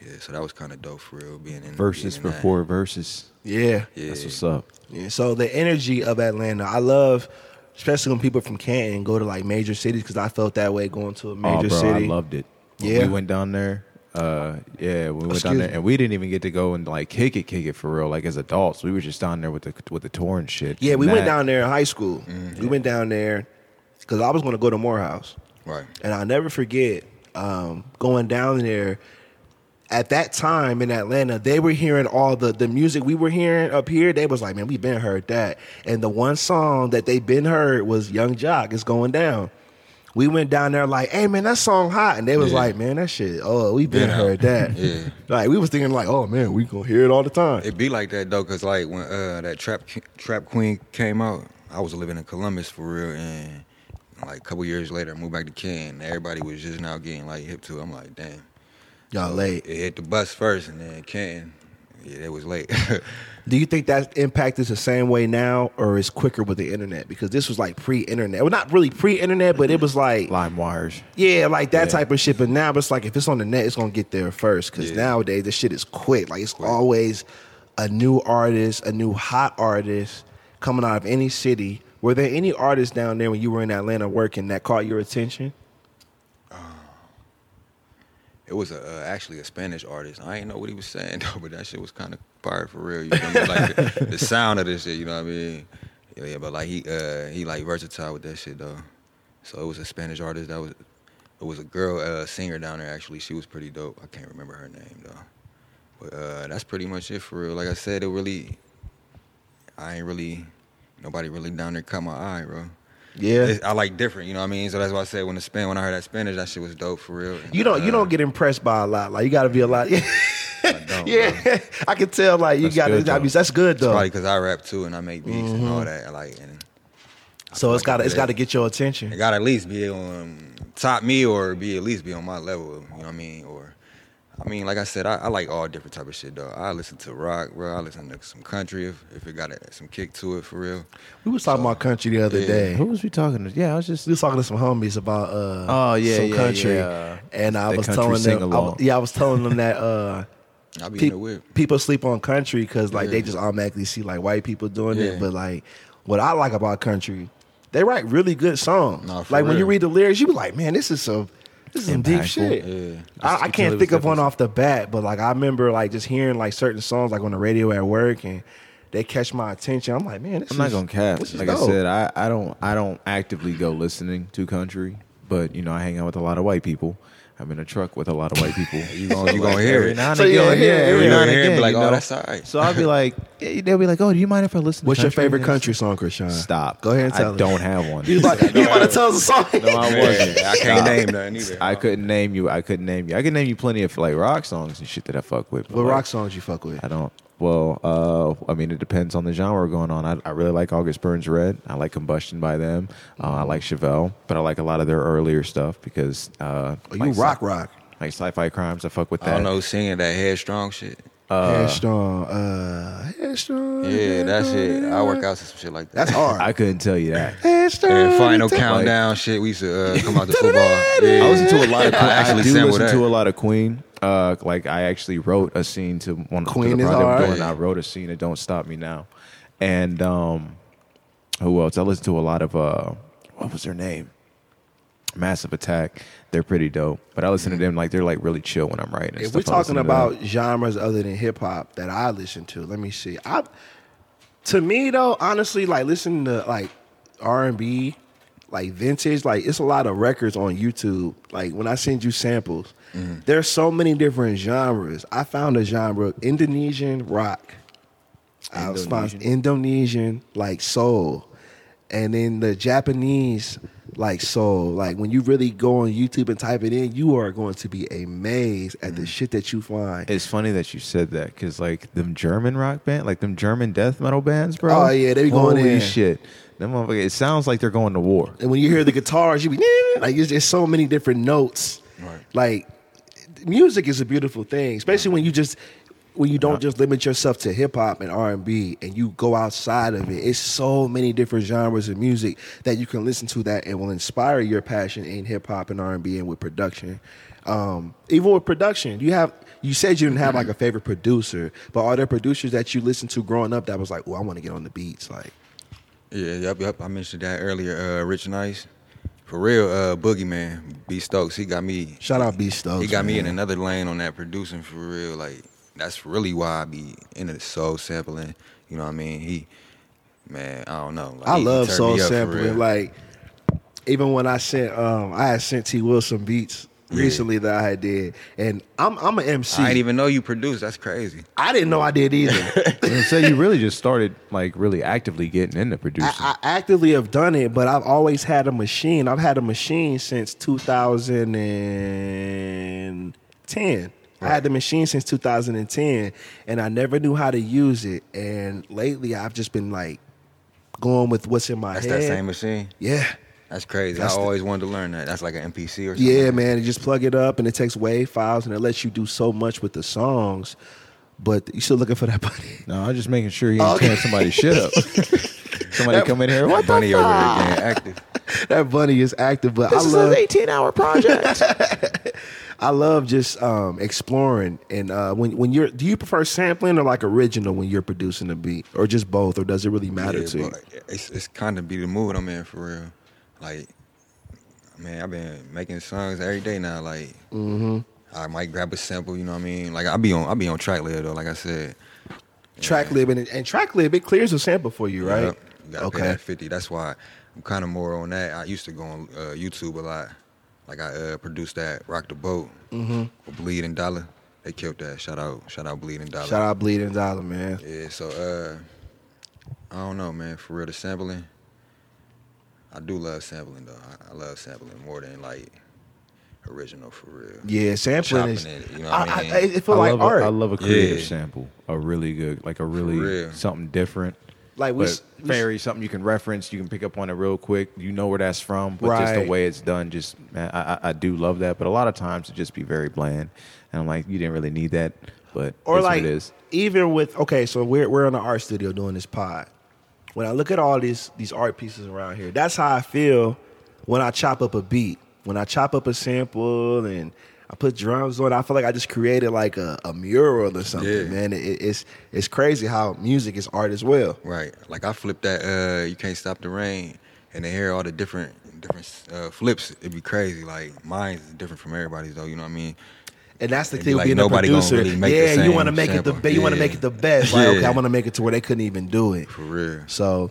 yeah. So that was kind of dope for real. Being in Verses being in that. before verses. Yeah. Yeah. That's what's up. Yeah, so the energy of Atlanta, I love, especially when people from Canton go to like major cities because I felt that way going to a Oh, major bro, city. I loved it. When Yeah. we went down there. Uh, yeah, we went Excuse down there, me. and we didn't even get to go and like kick it, kick it for real. Like as adults, we were just down there with the with the tour and shit. yeah, we And went that- down there in high school. Mm-hmm. We went down there because I was going to go to Morehouse, Right. and I'll never forget um, going down there. At that time in Atlanta, they were hearing all the the music we were hearing up here. They was like, "Man, we been heard that." And the one song that they been heard was "Young Jock." It's going down. We went down there like, "Hey, man, that song hot," and they was Yeah. like, "Man, that shit. Oh, we been Yeah. heard that." Yeah. Like we was thinking like, "Oh man, we gonna hear it all the time." It be like that though, cause like when uh, that trap Ki- trap queen came out, I was living in Columbus for real, and like a couple years later, I moved back to Canton. Everybody was just now getting like hip to. it. I'm like, damn. Y'all late. It hit the bus first, and then Canton. Yeah, it was late. Do you think that impact is the same way now, or is quicker with the internet? Because this was like pre-internet. Well, not really pre-internet, but it was like, lime wires. yeah, like that type of shit. But now it's like if it's on the net, it's gonna get there first. Because Yeah. nowadays the shit is quick. Like it's always a new artist, a new hot artist coming out of any city. Were there any artists down there when you were in Atlanta working that caught your attention? It was a, uh, actually a Spanish artist. I ain't know what he was saying though, but that shit was kind of fire for real. You know what I mean? Like the, the sound of this shit. You know what I mean? Yeah, yeah but like he uh, he like versatile with that shit though. So it was a Spanish artist. That was it was a girl uh, singer down there actually. She was pretty dope. I can't remember her name though. But uh, that's pretty much it for real. Like I said, it really I ain't really nobody really down there caught my eye, bro. Yeah, It's- I like different. You know what I mean? So that's why I said when the span when I heard that Spanish, that shit was dope for real. you don't you Uh, don't get impressed by a lot. Like you got to be a lot. I don't, bro. yeah, I can tell. Like you That's got good, to. I though. mean, that's good It's though. probably because I rap too and I make beats and Mm-hmm. all that. Like, and So it's Like got to I it's said. got to get your it attention. got to at least be on top me or be at least be on my level. You know what I mean? Or, I mean, like I said, I, I like all different type of shit though. I listen to rock, bro. I listen to some country if, if it got a, some kick to it for real. We was talking about country the other Yeah. day. Who was we talking to? Yeah, I was just We was talking to some homies about uh Oh, yeah, some yeah, country, yeah. and I The was country telling them I, sing-along. was- yeah I was telling them that uh I be pe- in the whip. people sleep on country because like they Yeah. just automatically see like white people doing it, Yeah. but like what I like about country, they write really good songs. Nah, like for when you real. read the lyrics, you be like, man, this is some this is some deep Impactful. shit. Yeah. I, I you can can't tell it think was of one off the bat, but like I remember like just hearing like certain songs like on the radio at work and. They catch my attention. I'm like, man, this I'm is, not gonna cap. this is Like I dope. said, I, I don't I don't actively go listening to country, but you know I hang out with a lot of white people. I'm in a truck with a lot of white people. You gonna you gonna hear Every it? now and So you again, gonna hear it. yeah, Every every now now and and again, be again, like, you "Oh, know?" that's all right." So I'll be like, they'll be like, "Oh, do you mind if I listen?" What's to your country?" favorite And country song, Krishan? it's- Stop. Go ahead and tell I us. don't have one. You about, you about to tell us a song? no, I wasn't. I can't name nothing either. I couldn't name you. I couldn't name you. I could name you plenty of like rock songs and shit that I fuck with. but, what like, rock songs you fuck with? I don't. Well, uh, I mean, it depends on the genre going on. I, I really like August Burns Red. I like Combustion by them. Uh, I like Chevelle, but I like a lot of their earlier stuff because uh, Oh, you like rock sci- rock. like sci-fi crimes. I fuck with that. I don't know who's singing that headstrong shit. headstrong. Uh, headstrong. Yeah, that shit. I work out. out to some shit like that. That's hard. I couldn't tell you that. headstrong. And final Like, countdown shit. We used to uh, come out to football. Yeah. I listen to a lot of. I Queen. I, actually do sample listen that. to a lot of Queen. Uh, like I actually wrote a scene to one to Queen the is project I'm hard. doing. I wrote a scene to "Don't Stop Me Now," and um, who else? I listened to a lot of uh, what was their name? Massive Attack. They're pretty dope, but I listen to them like they're like really chill when I'm writing. and If stuff. we're I talking listen to about them. genres other than hip hop that I listen to, let me see. I to me though, honestly, like listening to like R and B, like vintage, like it's a lot of records on YouTube. Like when I send you samples, Mm-hmm. there's so many different genres. I found a genre of Indonesian rock. I was found Indonesian like soul, and then the Japanese like soul. Like when you really go on YouTube and type it in, you are going to be amazed at the shit that you find. it's funny that you said that because like them German rock band, like them German death metal bands, bro. Oh, yeah, they be going Holy in. shit. Them motherfucker- it sounds like they're going to war. and when you hear the guitars, you be like it's just so many different notes. Right. Like music is a beautiful thing, especially when you just when you don't just limit yourself to hip hop and R and B, and you go outside of it. It's so many different genres of music that you can listen to that and will inspire your passion in hip hop and R and B and with production. Um, even with production, you have you said you didn't have like a favorite producer, but are there producers that you listened to growing up that was like, "Oh, I want to get on the beats"? Like, Yeah, yep, yep. I mentioned that earlier. Uh, Rich Nice. For real, uh, Boogeyman, B Stokes, he got me. shout out B Stokes. He got me in man. another lane on that producing for real. Like that's really why I be into the soul sampling. You know what I mean? He, man, I don't know. Like, I he love turned soul me up for real. sampling. Like even when I sent, um, I had sent T Wilson beats Yeah. recently that I had did, and I'm I'm an MC. I didn't even know you produced. That's crazy. I didn't know I did either. I was gonna say you really just started like really actively getting into producing. I, I actively have done it, but I've always had a machine. I've had a machine since 2010. I had the machine since 2010, and I never knew how to use it. And lately, I've just been like going with what's in my That's head. that same machine. yeah. That's crazy. That's I the- always wanted to learn that. That's like an MPC or something. Yeah, man. You just plug it up and it takes wave files and it lets you do so much with the songs. But you still looking for that bunny. no, I'm just making sure you ain't tearing somebody's shit up. Somebody come in here. What the That bunny over here again, active. that bunny is active, but I love 18 hour project. I love just um, exploring and uh, when when you're do you prefer sampling or like original when you're producing a beat or just both or does it really matter Yeah, to you? but It's it's kind of be the mood I'm in for real. Like, man, I've been making songs every day now. Like, Mm-hmm. I might grab a sample. You know what I mean? Like, I be on I be on track later though. Like I said, Track lib and, and track lib it clears a sample for you, right? Yep. You gotta pay that fifty. That's why I'm kind of more on that. I used to go on uh, YouTube a lot. Like I uh, produced that "Rock the Boat" Mm-hmm. with Bleed and Dollar. They killed that. Shout out, shout out, Bleed and Dollar. Shout out Bleeding Dollar, man. Yeah. So uh, I don't know, man. For real, the sampling. I do love sampling though. I, I love sampling more than like original for real. Yeah, sampling Chopping is it. You know I, what I, I mean? I- it I, feel like love art. A, I love a creative Yeah. sample. A really good, like a really real. something different. Like we, But s- we s- very something you can reference, you can pick up on it real quick. You know where that's from, but just Right. the way it's done, just man, I, I, I do love that. But a lot of times it just be very bland, and I'm like, you didn't really need that, but or it's like what it is. even with okay so we're, we're in an art studio doing this pod when i look at all these these art pieces around here that's how i feel when i chop up a beat when i chop up a sample and i put drums on i feel like i just created like a, a mural or something Yeah. man it, it's it's crazy how music is art as well Right. Like I flipped that uh you can't stop the rain and they hear all the different different uh, flips. It'd be crazy. Like mine's different from everybody's though, you know what I mean? and that's the It'd be thing with like being a nobody gonna producer really make the yeah you same want to make it the sample. best you want to Yeah. make it the best like okay Yeah. i want to make it to where they couldn't even do it For real. so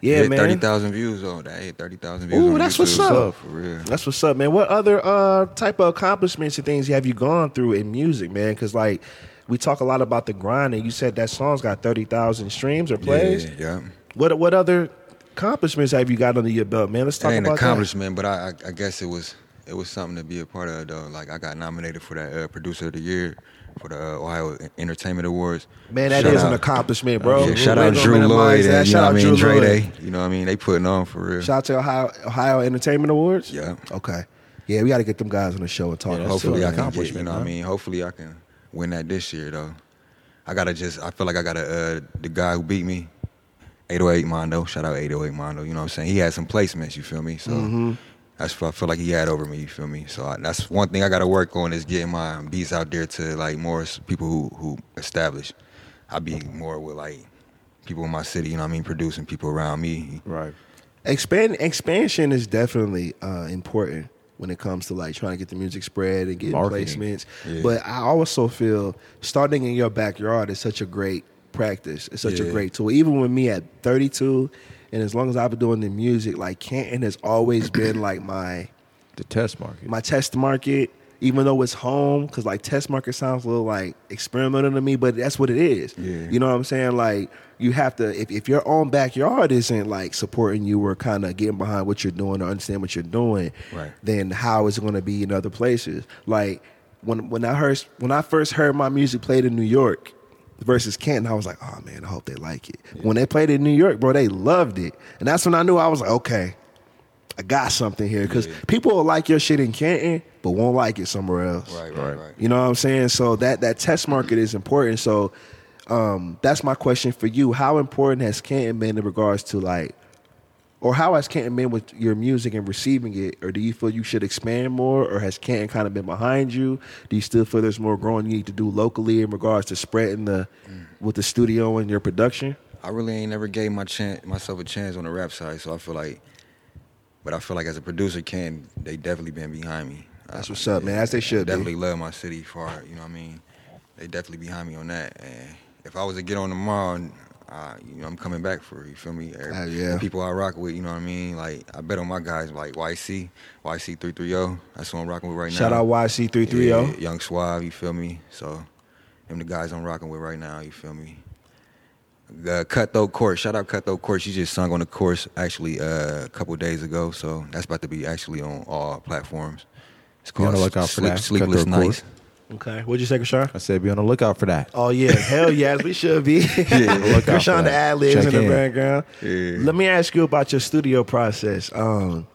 yeah hit man thirty thousand views on that. Hit thirty thousand views. Ooh, on that's YouTube. what's up. For real. That's what's up, man. What other uh, type of accomplishments and things have you gone through in music, man? Because like we talk a lot about the grind, and you said that song's got thirty thousand streams or plays. Yeah, yeah. What what other accomplishments have you got under your belt, man? Let's It talk ain't an about that. accomplishment, but I, I I guess it was it was something to be a part of though. Like I got nominated for that uh, producer of the year for the uh, Ohio Entertainment Awards. Man, that is an Shout out. accomplishment, bro. Yeah, shout We're out gonna Drew minimize Lloyd that. and you Shout know what I out mean Drew Dre Lloyd. Day. You know what I mean? They putting on for real. Shout out to Ohio, Ohio Entertainment Awards. Yeah. Okay. Yeah, we got to get them guys on the show and talk. Yeah, to hopefully them. I can get, you accomplishment, know what I man. mean? Hopefully I can win that this year though. I gotta just I feel like I gotta uh the guy who beat me, 808 Mondo, shout out 808 Mondo, you know what I'm saying? He had some placements, you feel me? So Mm-hmm. that's what I feel like he had over me, you feel me? So I, that's one thing I gotta work on is getting my beats out there to like more s- people who who established. I be more with like people in my city, you know what I mean, producing people around me. Right. Expand expansion is definitely uh, important when it comes to like trying to get the music spread and get Marketing. placements. Yeah. But I also feel starting in your backyard is such a great practice. It's such a Yeah. great tool. Even with me at 32, and as long as I've been doing the music, like Canton has always been like my The test market. my test market, even though it's home, because like test market sounds a little like experimental to me, but that's what it is. Yeah. You know what I'm saying? Like you have to if, if your own backyard isn't like supporting you or kind of getting behind what you're doing or understand what you're doing, Right. then how is it gonna be in other places? Like when when I heard when I first heard my music played in New York versus Canton, I was like, oh man, I hope they like it. When they played it in New York, bro, they loved it. And that's when I knew I was like, okay, I got something here because people will like your shit in Canton, but won't like it somewhere else. Right. You know what I'm saying? So that that test market is important. So um, that's my question for you. How important has Canton been in regards to like, or how has Canton been with your music and receiving it? Or do you feel you should expand more? Or has Canton kind of been behind you? Do you still feel there's more growing you need to do locally in regards to spreading the Mm. with the studio and your production? I really ain't never gave my chan- myself a chance on the rap side, so I feel like, but I feel like as a producer, can they definitely been behind me. That's I- what's up, man. As they should be. Definitely love my city for it, you know what I mean. They definitely behind me on that. And if I was to get on tomorrow, and I, you know, I'm coming back for it, you. Feel me? Ah, yeah. People I rock with, you know what I mean. Like I bet on my guys, like YC, YC three three zero. That's who I'm rocking with right Shout now. out YC330. Yeah, Young Suave, you feel me? So, them the guys I'm rocking with right now, you feel me? Uh, Cutthroat Court, shout out Cutthroat Court. She just sung on the course actually uh, a couple days ago, so that's about to be actually on all platforms. It's Be on called the lookout for Sleep- that, Sleepless Cutthroat Court. Nights. Okay. What'd you say, Kashar? I said be on the lookout for that. Oh yeah, hell yes, we should be. yeah, Look out for Krishan the that. ad libs in Check the in. background. Let me ask you about your studio process. Um,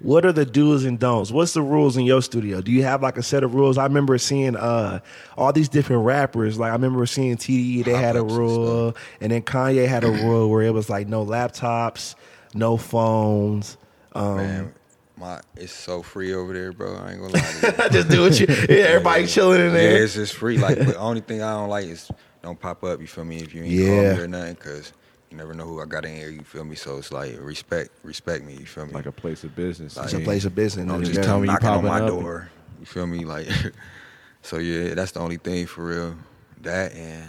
what are the do's and don'ts? What's the rules in your studio? Do you have like a set of rules? I remember seeing uh, all these different rappers. Like I remember seeing TDE, they had a Hop-ups and rule, and then Kanye had a rule where it was like no laptops, no phones. Um, Man, my, it's so free over there, bro. I ain't gonna lie to you. just do what you. Yeah, everybody chilling in there. Yeah, it's just free. Like, but the only thing I don't like is don't pop up. You feel me? If you ain't Yeah. call me or nothing, cause you never know who I got in here. You feel me? So it's like respect, respect me. You feel me? Like a place of business. It's a place of business. Don't nigga. just Yeah. tell me you Knocking on popping my my door. door. You feel me? Like, so yeah, that's the only thing for real. That and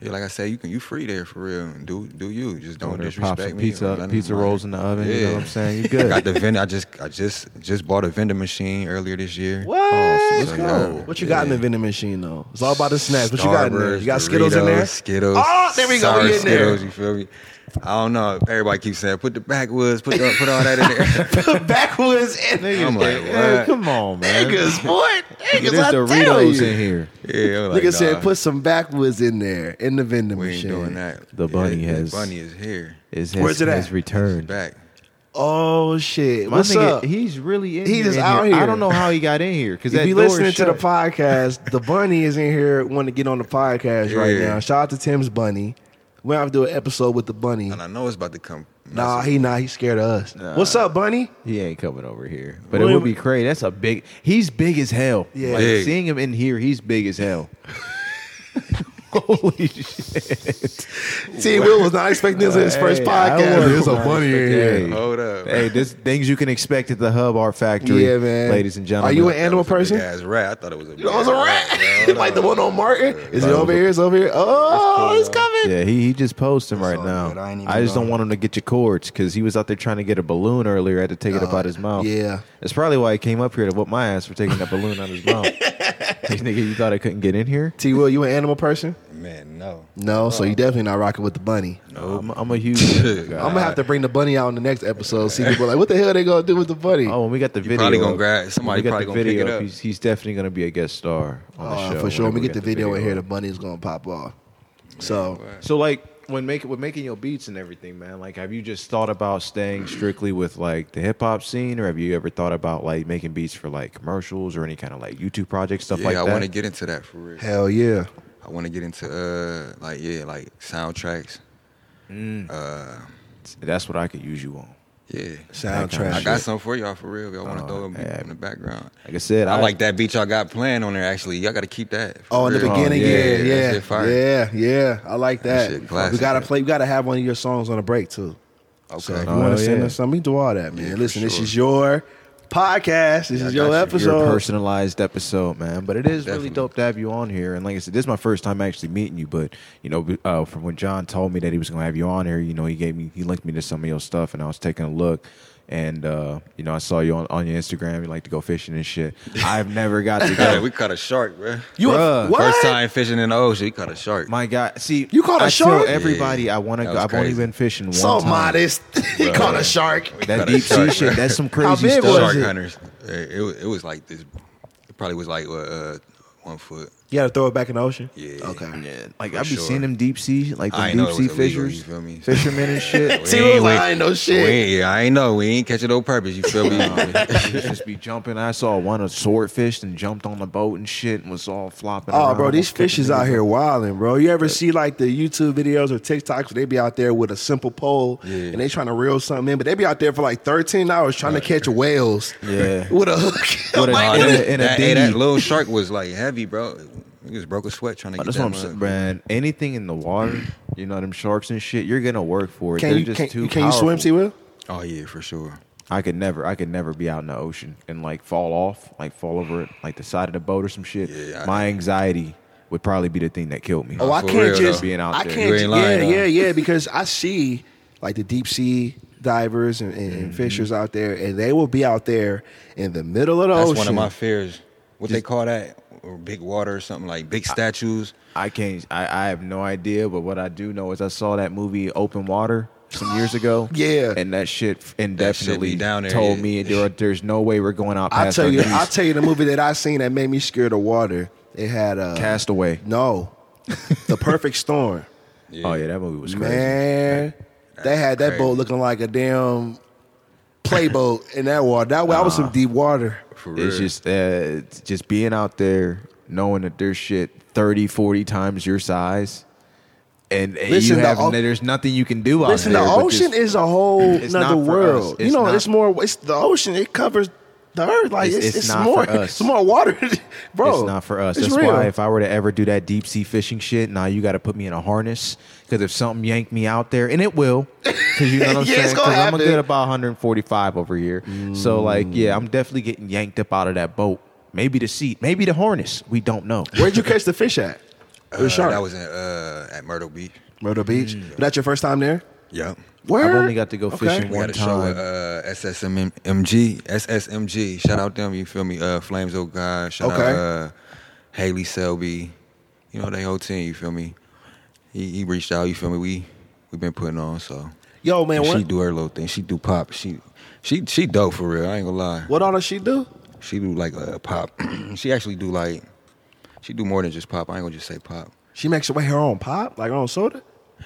yeah, like I said, you can you free there for real. Do do you? Just don't Order a disrespect pop some me. pizza- or nothing. pizza Like, rolls in the oven, you know what I'm saying? You good. got the vendor. I just I just just bought a vending machine earlier this year. What? so, yeah. What you got in the Yeah. vending machine though? It's all about the snacks. What you got in there? You got Starburst, Skittles in there? Doritos, Skittles. Oh, there we go. sour We in there. Skittles, you feel me? I don't know. Everybody keeps saying, put the backwoods, put the, put all that in there. The backwoods in there. I'm like, Hey, what? come on, man. Niggas, what? Get Niggas, this I tell Doritos you. in here. Yeah, I'm like, Nigga said, nah, put some backwoods in there in the vending we ain't machine. doing that. The bunny Yeah, has- The bunny is here. Is Where's his, it at? his return? Back. Oh shit! My What's nigga, up? He's really in He here. just in out here. here. I don't know how he got in here because if that you door is listening to the shut. podcast, the bunny is in here wanting to get on the podcast right Yeah. now. Shout out to Tim's bunny. We have to do an episode with the bunny. And I know it's about to come. Nah, he not. He's scared of us. What's up, bunny? He ain't coming over here. But Well, it would be crazy. That's a big. He's big as hell. Yeah. Like, Big. seeing him in here, he's big as hell. Holy shit. T. Will was not expecting this in his first Hey, I podcast. was There's a not funny in expecting- Hey. here. Hold up. Hey, this things you can expect at the Hub Art Factory, Yeah, man. ladies and Are gentlemen. you an animal person? As rat, I thought it was a. It was a rat. like the one on Martin. Is it Nah, it over was- here? It's over here. Oh, it's coming. Yeah, he, he just posting right all now. good. I ain't even I, just don't gonna- want him to get your cords because he was out there trying to get a balloon earlier. I had to take it up out his mouth. yeah. That's probably why he came up here to whoop my ass for taking that balloon out his mouth. Hey, nigga, you thought I couldn't get in here? T. Will, you an animal person? Man, no. No, so you definitely not rocking with the bunny. No, I'm, I'm a huge. I'm gonna have to bring the bunny out in the next episode. See people like, what the hell they gonna do with the bunny? Oh, when we got the video. probably gonna up- grab- when we somebody got probably the gonna pick video it up, up. He's, he's definitely gonna be a guest star on Uh, the show. for sure. When we whenever get the video in here, the up. bunny's gonna pop off. So So like when make with making your beats and everything, man. Like, have you just thought about staying strictly with like the hip hop scene, or have you ever thought about like making beats for like commercials or any kind of like YouTube projects, stuff Yeah, like I that? want to get into that for real. hell yeah. I want to get into uh, like yeah, like soundtracks. Uh, That's what I could use you on. yeah. Soundtrack. I got something for y'all for real. Y'all Oh, want to throw a beat yeah. in the background? Like I said, I, I, like that beat y'all got playing on there. Actually, y'all got to keep that. for Oh, in the real. beginning, Oh, yeah, yeah, yeah, that yeah, shit fire. yeah, I like that. That shit classic, we gotta yeah. play. We gotta have one of your songs on a break too. Okay. So if you Oh, want to send yeah. us something, we do all that, man. Yeah, for Listen, this sure. is your podcast. This Yeah, is I your got you. your episode. personalized episode, man. But it is Definitely. really dope to have you on here. And like I said, this is my first time actually meeting you. But you know, uh, from when John told me that he was going to have you on here, you know, he gave me he linked me to some of your stuff, and I was taking a look. And uh, you know, I saw you on, on your Instagram. You like to go fishing and shit. I've never got to Yeah, go. we caught a shark, bro. you a, Bruh. what? First time fishing in the ocean, we caught a shark. My God, see, You caught a I tell shark? everybody, Yeah, I want to go. that was I've only crazy. been fishing one so time. modest. he caught a shark. That Caught a deep sea shark, shit. bruh. That's some How crazy big stuff. was shark it? hunters. It, it, wa- it was like this. It probably was like uh, uh, one foot. You gotta throw it back in the ocean. Yeah. Okay. Yeah, like For I'd be sure. seeing them deep sea, like I them ain't know deep it sea was illegal, fishers, you feel me? fishermen and shit. See, We ain't- like, we- I ain't no shit. We ain't, I ain't know. We ain't catch it on purpose. You feel me? Niggas just be jumping. I saw one of swordfish and jumped on the boat and shit and was all flopping. Oh, around. bro, these Almost catching fishes out niggas. here wilding, bro. You ever see like the YouTube videos or TikToks where they be out there with a simple pole Yeah. and they trying to reel something in, but they be out there for like 13 hours trying to catch whales Yeah. with a hook. With a- Nah, in that- a- in a that, hey, that dinghy. little shark was like heavy, bro. Niggas broke a sweat trying to Oh, get That's that what I'm saying, mug. man. Anything in the water, you know, them sharks and shit, you're gonna work for it. Can They're you just can, too can you swim, powerful. T. Will? Oh yeah, for sure. I could never, I could never be out in the ocean and like fall off, like fall over it, like the side of the boat or some shit. Yeah, I- My anxiety would probably be the thing that killed me. Oh, I for can't real, just though. Being out I there. can't. You ain't ju- lying, yeah, though. yeah, yeah. Because I see like the deep sea divers and, and, Mm-hmm. and fishers out there, and they will be out there in the middle Oh, of the That's ocean. one of my fears. What they call that? Or big water or something like big statues. I can't. I, I have no idea, but what I do know is I saw that movie Open Water some years ago. Yeah. and that shit That shit be indefinitely down there, told yeah. me there, there's no way we're going out. I'll Past tell you. Our I'll tell you the movie that I seen that made me scared of water. It had uh, Castaway. No, the perfect storm. Oh yeah, that movie was crazy. Man, they That's had that crazy. boat looking like a damn playboat in that water. That, that was some deep water. For real. It's just uh, it's just being out there, knowing that there's shit 30, 40 times your size, and, and Listen, you the have o- there's nothing you can do out Listen, there. the but ocean just- is a whole It's nother not for world. us. you It's know, not- it's more. It's the ocean. It covers the earth. Like it's, It's- it's, it's not more. for us. It's more water, bro. it's not for us. It's That's real. why if I were to ever do that deep sea fishing shit, now you got to put me in a harness because if something yanked me out there, and it will, because you know what I'm Yeah, it's gonna saying. Because I'm a happen. Mm. good about 145 over here, so like yeah, I'm definitely getting yanked up out of that boat. Maybe the seat, maybe the harness. We don't know. Where'd you catch the fish at? Uh, The shark. That was in, uh, at Myrtle Beach. Myrtle Beach. Was that your first time there? Yep. Where? I've only got to go Okay. fishing We one got a show with time. uh, SSMMG. SSMG. Shout out them. You feel me? Uh, Flames Oh God. Shout Okay. out uh, Haley Selby. You know they whole team. You feel me? He, he reached out. You feel me? We we been putting on. So Yo, man, And what? she do her little thing. She do pop. She she she dope for real. I ain't gonna lie. What all does she do? She do like uh, pop. she actually do like she do more than just pop. I ain't gonna just say pop. She makes her way her own pop, like her own soda.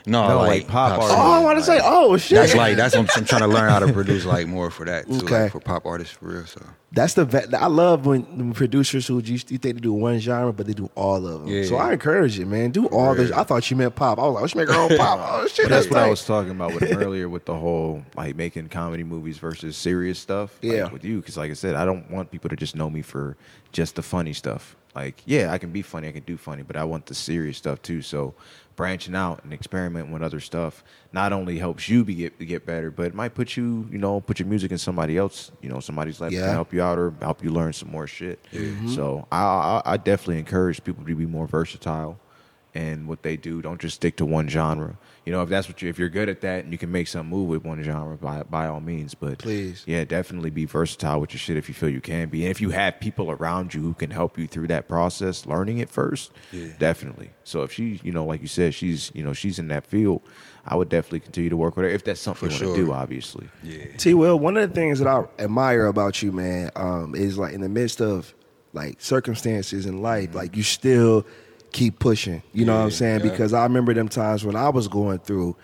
No, No, like, like pop Oh, Yeah, song. I want to say, oh shit. That's like that's what I'm, I'm trying to learn how to produce like more for that too, Okay. like for pop artists for real. So That's the va- I love when, when producers who you, you think they do one genre, but they do all of them. Yeah. So I encourage it, man. Do all this. I thought you meant pop. I was like, oh, she make her own pop. Oh shit, But that's what I tight. was talking about with him earlier with the whole like making comedy movies versus serious stuff. like, Yeah. with you because like I said, I don't want people to just know me for just the funny stuff. Like yeah, I can be funny, I can do funny, but I want the serious stuff too. So branching out and experimenting with other stuff not only helps you be get, get better, but it might put you you know put your music in somebody else you know somebody's life Yeah. to help you out or help you learn some more shit. Mm-hmm. So I, I I definitely encourage people to be more versatile and what they do. Don't just stick to one genre. You know, if that's what you if you're good at that and you can make some move with one genre, by by all means. But Please. yeah, definitely be versatile with your shit if you feel you can be, and if you have people around you who can help you through that process, learning it first, definitely. So if she, you know, like you said, she's you know she's in that field, I would definitely continue to work with her if that's something For you want to sure. do. Obviously, Yeah. T. Will, one of the things that I admire about you, man, um, is like in the midst of like circumstances in life, Mm-hmm. like you still keep pushing. You know what I'm Yeah, saying? yeah. Because I remember them times when I was going through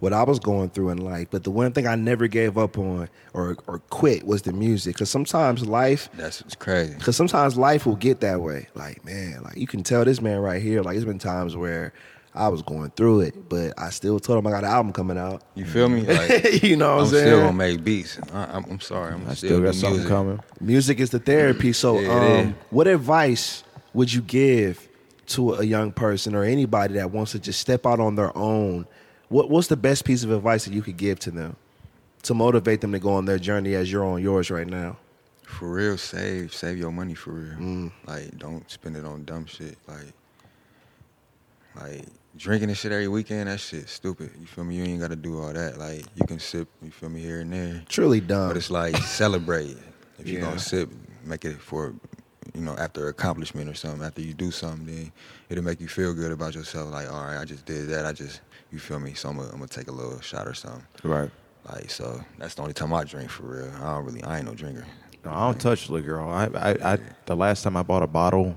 what I was going through in life. But the one thing I never gave up on or or quit was the music. Because sometimes life That's it's crazy. Cause sometimes life will get that way. Like, man, like you can tell this man right here, like it's been times where I was going through it, but I still told him I got an album coming out. You feel me? Like, you know what I'm, I'm saying? still gonna make beats. I, I'm, I'm sorry. I'm I still, still do got something music. coming. Music is the therapy. So, Yeah, it um, is. what advice would you give to a young person or anybody that wants to just step out on their own? What, what's the best piece of advice that you could give to them to motivate them to go on their journey as you're on yours right now? For real, save save your money for real. Like, don't spend it on dumb shit. Like, like drinking and shit every weekend. That shit stupid. You feel me? You ain't gotta do all that. Like, you can sip. You feel me? Here and there. Truly dumb. But it's like celebrate. If you're Yeah. gonna sip, make it for you know after accomplishment or something. After you do something, then it'll make you feel good about yourself. Like, all right, I just did that. I just you feel me? So I'm gonna, I'm gonna take a little shot or something. right? Like, so that's the only time I drink for real. I don't really. I ain't no drinker. No, I don't touch liquor. I, I, I, the last time I bought a bottle,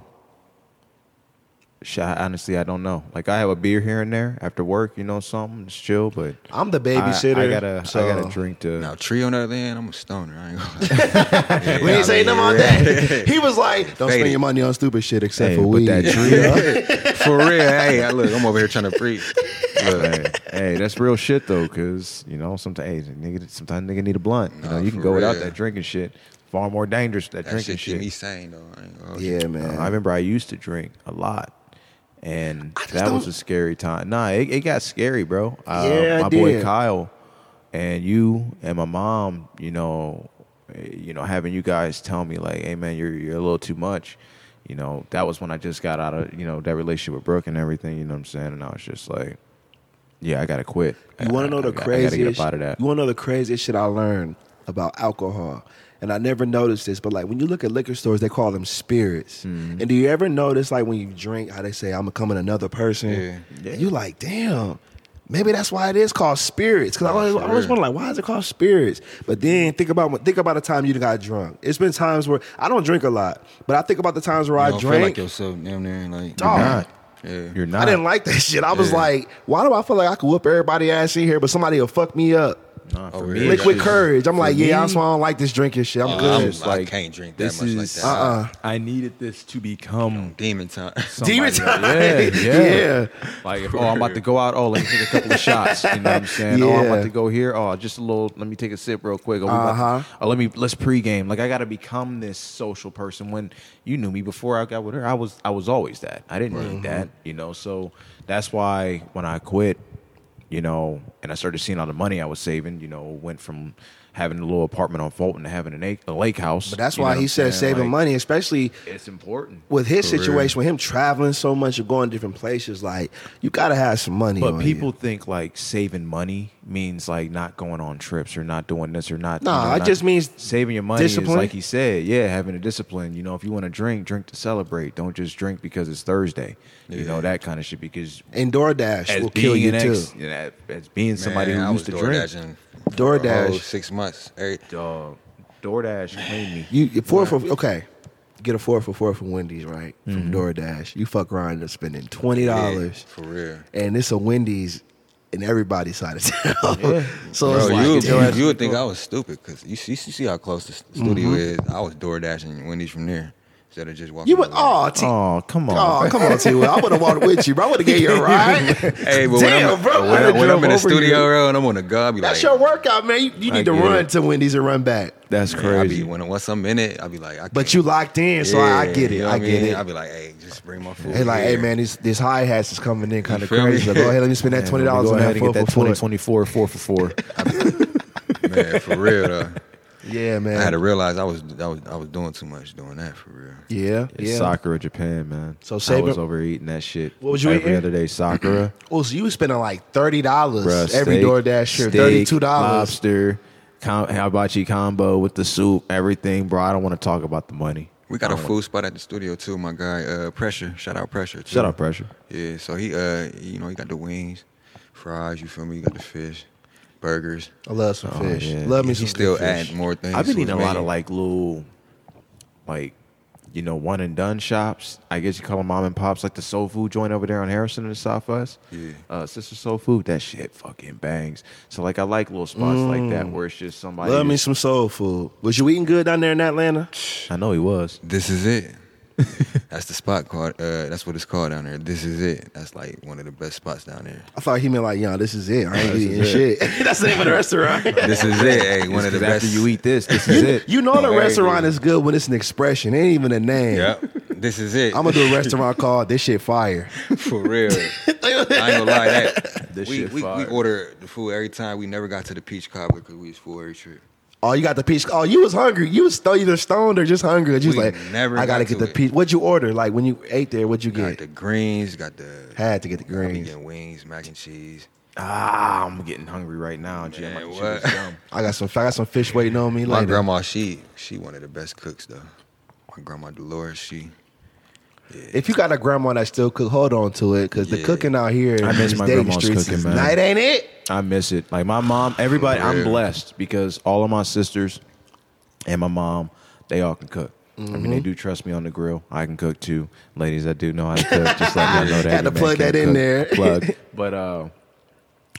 sh- I- honestly, I don't know. Like I have a beer here and there after work, you know, something, it's chill. But I'm the I- babysitter. I, gotta, so- I gotta drink to. Now, tree on that land, I'm a stoner. I ain't gonna lie. Yeah, We I ain't saying mean, nothing on that. He was like, "Don't spend Faded. your money on stupid shit except Hey, for but weed." that For real. Hey, I- look, I'm over here trying to preach. Look, hey, hey, that's real shit though, cause you know sometimes hey, nigga, sometimes nigga need a blunt. You know, Nah, you can for go without real. that drinking shit. Far more dangerous than that, that drinking shit keep shit. me sane though. I ain't gonna- yeah, man. Uh, I remember I used to drink a lot. And I just that was don't- a scary time. Nah, it, it got scary, bro. Uh, Yeah, it my boy did. Kyle and you and my mom, you know, eh, you know, having you guys tell me like, "Hey, man, you're you're a little too much." You know, that was when I just got out of you know that relationship with Brooke and everything. You know what I'm saying? And I was just like, "Yeah, I gotta quit." You want to I- know the I got- I gotta get craziest? up out of that. You want to know the craziest shit I learned about alcohol, and I never noticed this. But like when you look at liquor stores, they call them spirits. Mm-hmm. And do you ever notice like when you drink, how they say I'm becoming another person? Yeah. Yeah. You like, damn. Maybe that's why it is called spirits. Oh, Because I always, for I always real. wonder, like, why is it called spirits? But then think about think about the time you got drunk. It's been times where I don't drink a lot, but I think about the times where You I don't drank. feel like yourself damn near like Dog. You're not. Yeah. You're not. I didn't like that shit. I was Yeah. like, why do I feel like I could whoop everybody ass in here, but somebody will fuck me up? Nah, Oh, for really? me, Liquid that shit- courage. I'm like, for yeah, me- that's why I don't like this drinking shit. I'm Uh, good. I'm it's I can't drink that this much like is- that. Uh-uh. I needed this to become Demon time. Demon somebody time. else. Yeah, yeah. Yeah. Like, if, oh, I'm about to go out. Oh, let me take a couple of shots. You know what I'm saying? Oh, I'm Yeah. about to go here. Oh, just a little. Let me take a sip real quick. Oh, we about to- Uh-huh. oh, let me let's pregame. Like, I got to become this social person. When you knew me before I got with her, I was I was always that. I didn't need that. You know, so that's why when I quit, you know, and I started seeing all the money I was saving. You know, went from having a little apartment on Fulton to having an ac- a lake house. But that's you know why what he I'm said saying? saving Like, money, especially It's important. with his For real. situation, with him traveling so much and going different places. Like, you got to have some money. But on people you. think like saving money means like not going on trips or not doing this or not. Nah, you know, it not- just means saving your money discipline. is like he said. Yeah, having a discipline. You know, if you want to drink, drink to celebrate. Don't just drink because it's Thursday. You know that kind of shit. Because And DoorDash as will being kill you an too. ex, you know, as being somebody Man, I who was used to drink, DoorDashing for a whole DoorDash. six months. Every, dog, DoorDash cleaned me. You you- four for okay. Get a four for four from Wendy's, right? From Mm-hmm. DoorDash. You fuck around and spending twenty yeah, dollars. for real. and it's a Wendy's in everybody's side of town. so Bro, it's like you, it's you- just- you would think I was stupid because you see, you see how close the st- studio is. I was door dashing Wendy's from there instead of just walking. Mm-hmm. you would over there. oh T Oh, come on. Oh, come on, T. Will. I would have walked with you, bro. I would have gave you a ride. Hey, but Damn, when I'm, bro. when, I'd I, have when I'm drove in the over you. studio bro, and I'm on the go, I be That's your like, workout, man. You, you I need to get run it. to Wendy's and run back. That's man, I be crazy. when once I'm in it, I be like, I can't. But you locked in, so I, I Yeah, get it. you know what I get mean? it. I be like, hey, just bring my food. They like, hey here." man, this this high hats is coming in kind of feel me? crazy. So go ahead, let me spend that twenty dollars Go on ahead that and foot get that for 20, foot. 24, four for four. man, for real though. Yeah, man. I had to realize I was I was I was doing too much doing that for real. yeah, yeah. Sakura, Japan, man. So I save was it- overeating that shit. What was you every eating? other day? Sakura. Oh, so you were spending like thirty dollars Bruh, every steak, DoorDash shirt, steak, thirty two dollars. Lobster, com- hibachi combo with the soup, everything, bro. I don't want to talk about the money. We got a food spot at the studio too. My guy, uh, Pressure. Shout out Pressure. Too. Shut up, pressure. Yeah. So he, uh, you know, he got the wings, fries. You feel me? You got the fish, burgers. I love some Oh, fish. yeah. Love me some He's still good fish. adding more things. I've been to eating his a lot menu. of like little, like, you know, one and done shops. I guess you call them mom and pops, like the soul food joint over there on Harrison in the Southwest. Yeah. Uh, Sister Soul Food, that shit fucking bangs. So like, I like little spots like that where it's just somebody. Love Mm. me just- some soul food. Was you eating good down there in Atlanta? I know he was. This is it. that's the spot called. Uh, that's what it's called down there. This is it. That's like one of the best spots down there. I thought he meant like, yo, this is it. I ain't eating shit. That's the name of the restaurant. This is it. Hey, one It's of the 'cause after best. you eat this, this is it. You know the Very restaurant good. is good when it's an expression. It ain't even a name. Yep. This is it. I'm gonna do a restaurant called This Shit Fire. for real. I ain't gonna lie that. This we, shit we, we fire. order the food every time. We never got to the peach cobbler because we was full every trip. Oh, you got the peach. Oh, you was hungry. You was sto- either stoned or just hungry. You was We like, never I gotta got get to the it. peach. What'd you order? Like when you ate there, what'd you Got get? the greens, got the Had to get the I be greens. getting wings, mac and cheese. Ah, I'm getting hungry right now, Jim. I Man, can shoot what? this down. I got some. I got some fish waiting on me. My later. grandma, she she one of the best cooks though. My grandma Dolores, she If you got a grandma that still cook, hold on to it because the Yeah. cooking out here in I miss these my dating grandma's streets cooking, is man. night, ain't it? I miss it. Like my mom, everybody, I'm Yeah. blessed because all of my sisters and my mom, they all can cook. I mean, Mm-hmm. they do trust me on the grill. I can cook too. Ladies, I do know how to cook. Just let me know Had that. to every man plug can't that in cook. there. Plug. But uh,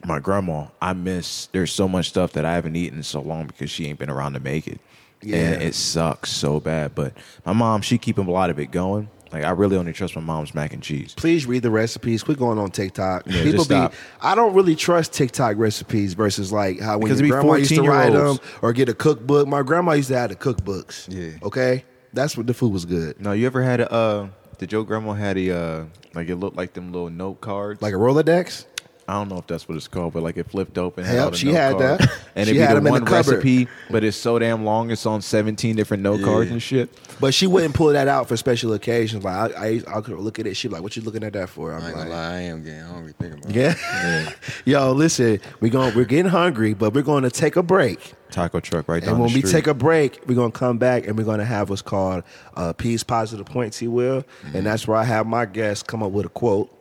my grandma, I miss. There's so much stuff that I haven't eaten in so long because she ain't been around to make it, and Yeah. it sucks so bad. But my mom, she keeping a lot of it going. Like I really only trust my mom's mac and cheese. Please read the recipes. Quit going on TikTok. Yeah, People just be. stop. I don't really trust TikTok recipes versus like how when Because your it be grandma used to write 14-year-olds. them or get a cookbook. My grandma used to have the cookbooks. Yeah. Okay. That's what the food was good. No, you ever had a? Uh, did your grandma had a? Uh, like it looked like them little note cards. Like a Rolodex. I don't know if that's what it's called, but like it flipped open. Yep, all the she note had cards. that. And She it'd be had 'em the in the one cupboard. recipe, but it's so damn long. It's on seventeen different note cards Yeah. and shit. But she wouldn't pull that out for special occasions. Like I, I, I could look at it. She'd be like, "What you looking at that for?" I'm I ain't like, gonna lie, I am getting hungry thinking about it. "Yeah, yo, listen, we going we're getting hungry, but we're going to take a break. Taco truck right down And when the we street. take a break, we're gonna come back and we're gonna have what's called uh, P's positive points. He will, and that's where I have my guests come up with a quote,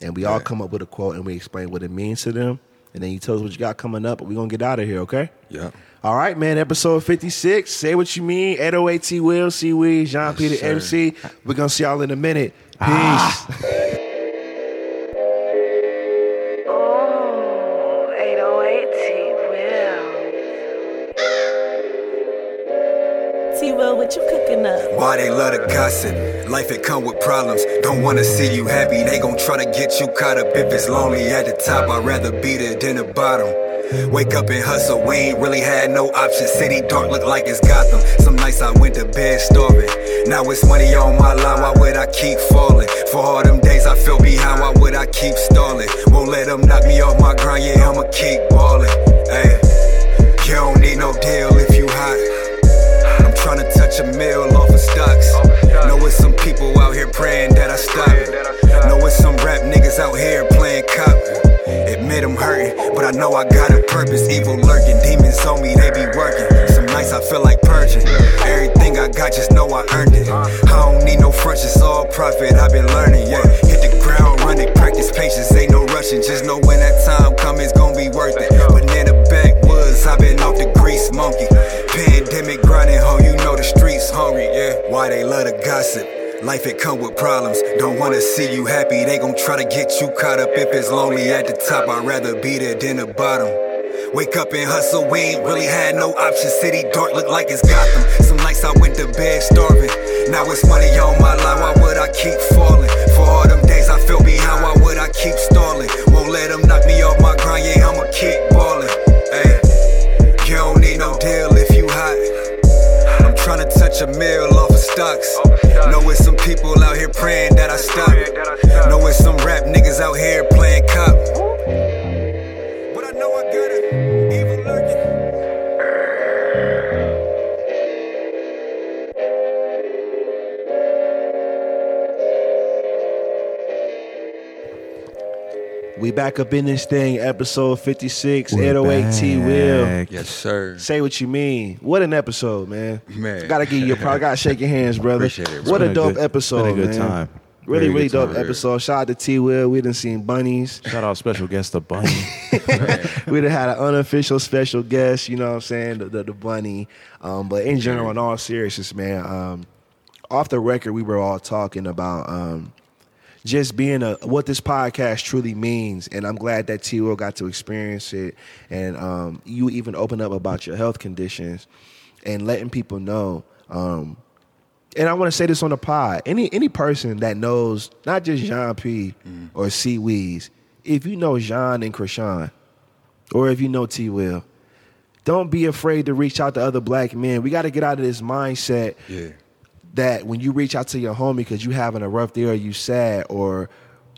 and we all come up with a quote and we explain what it means to them, and then you tell us what you got coming up, and we're gonna get out of here, okay? Yep. All right, man. Episode fifty six. Say what you mean. Eight oh eight T Will C Weed Jean Peter sir. MC. We're gonna see y'all in a minute. Peace. Ah. Oh, 808 T Will. T Will, what you cooking up? Why they love to gossip? Life it come with problems. Don't wanna see you happy. They gon' try to get you caught up. If it's lonely at the top, I'd rather be there than the bottom. Wake up and hustle. We ain't really had no option. City dark look like it's Gotham. Some nights I went to bed starving. Now it's money on my line. Why would I keep falling? For all them days I feel behind. Why would I keep stalling? Won't let them knock me off my grind. Yeah, I'ma keep balling. Hey, you don't need no deal if you hot. I'm tryna touch a mill off of stocks. Know it's some people out here praying that I stop. it. Know it's some rap niggas out here playing cop. Admit I'm hurting, but I know I got a purpose. Evil lurking, demons on me, they be working. Some nights I feel like purging. Everything I got, just know I earned it. I don't need no front, it's all profit. I've been learning, yeah. Hit the ground running, practice patience, ain't no rushing. Just know when that time comes, it's gonna be worth it. Banana backwoods, I've been off the grease monkey. Pandemic grinding, ho, you know the streets hungry, yeah. Why they love to gossip? Life it come with problems. Don't wanna see you happy. They gon' try to get you caught up if it's lonely at the top. I'd rather be there than the bottom. Wake up and hustle. We ain't really had no option. City dark look like it's Gotham. Some nights I went to bed starving. Now it's money on my line. Why would I keep falling? For all them days I feel behind. Why would I keep stalling? Won't let them knock me off my grind. Yeah, I'ma keep balling. Ayy, you don't need no deal if you hot. I'm trying to touch a mill off of stocks. Know it's some people out here praying that I stop. Know it's some rap niggas out here playing cop. But I know I got it. Evil lurking. We back up in this thing, episode 56, We're 808 T Will. back. Yes, sir. Say what you mean. What an episode, man. Man. Gotta give you a proud. Gotta shake your hands, brother. Appreciate it, bro. What a It's been a dope good- episode. been a good man. time. Really, Very really good dope time. episode. Shout out to T Will. We done seen bunnies. Shout out special guest the bunny. we done had an unofficial special guest, you know what I'm saying? The, the, the bunny. Um, but in general, in all seriousness, man, um, off the record, we were all talking about um, just being a what this podcast truly means, and I'm glad that T. Will got to experience it, and um, you even open up about your health conditions, and letting people know. Um, and I want to say this on the pod. Any any person that knows not just Jean P or C Weeze, if you know Jean and Krishan, or if you know T Will, don't be afraid to reach out to other black men. We got to get out of this mindset Yeah. that when you reach out to your homie because you having a rough day or you sad or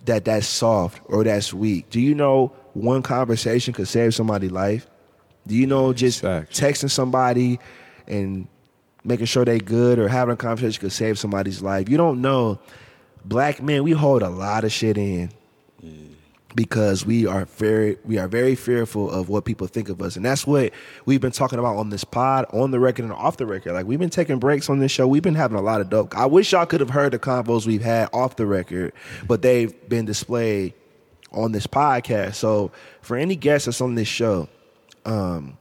that that's soft or that's weak. Do you know one conversation could save somebody's life? Do you know just Facts. texting somebody and making sure they good or having a conversation could save somebody's life? You don't know. Black men, we hold a lot of shit in because we are very we are very fearful of what people think of us and that's what we've been talking about on this pod on the record and off the record like we've been taking breaks on this show we've been having a lot of dope i wish y'all could have heard the convos we've had off the record but they've been displayed on this podcast so for any guest that's on this show um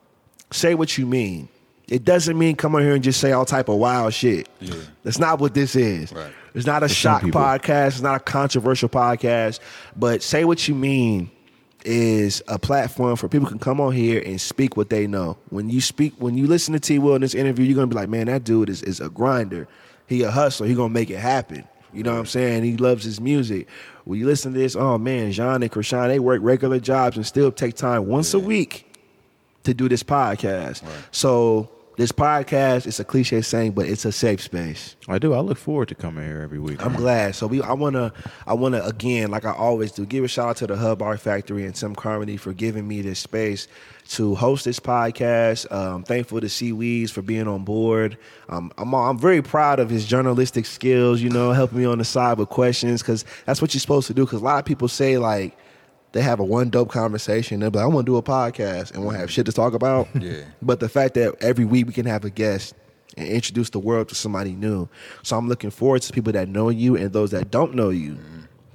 say what you mean it doesn't mean come on here and just say all type of wild shit Yeah. that's not what this is Right. it's not a some shock people. podcast podcast. It's not a controversial podcast, but say what you mean is a platform for people can come on here and speak what they know. When you speak, when you listen to T. Will in this interview, you're gonna be like, man, that dude is, is a grinder. He a hustler. He gonna make it happen. You know what I'm saying? He loves his music. When you listen to this, oh man, Jean and Krishan, they work regular jobs and still take time once a week to do this podcast. So this podcast, it's a cliche saying, but it's a safe space. I do. I look forward to coming here every week. I'm glad. So we, I wanna, I wanna again, like I always do, give a shout out to the Hub Art Factory and Tim Carmody for giving me this space to host this podcast. Um, thankful to C Weeds for being on board. Um, I'm, I'm very proud of his journalistic skills. You know, helping me on the side with questions because that's what you're supposed to do. Because a lot of people say like. They have a one dope conversation. They're like, I want to do a podcast and won't have shit to talk about. Yeah. But the fact that every week we can have a guest and introduce the world to somebody new. So I'm looking forward to people that know you and those that don't know you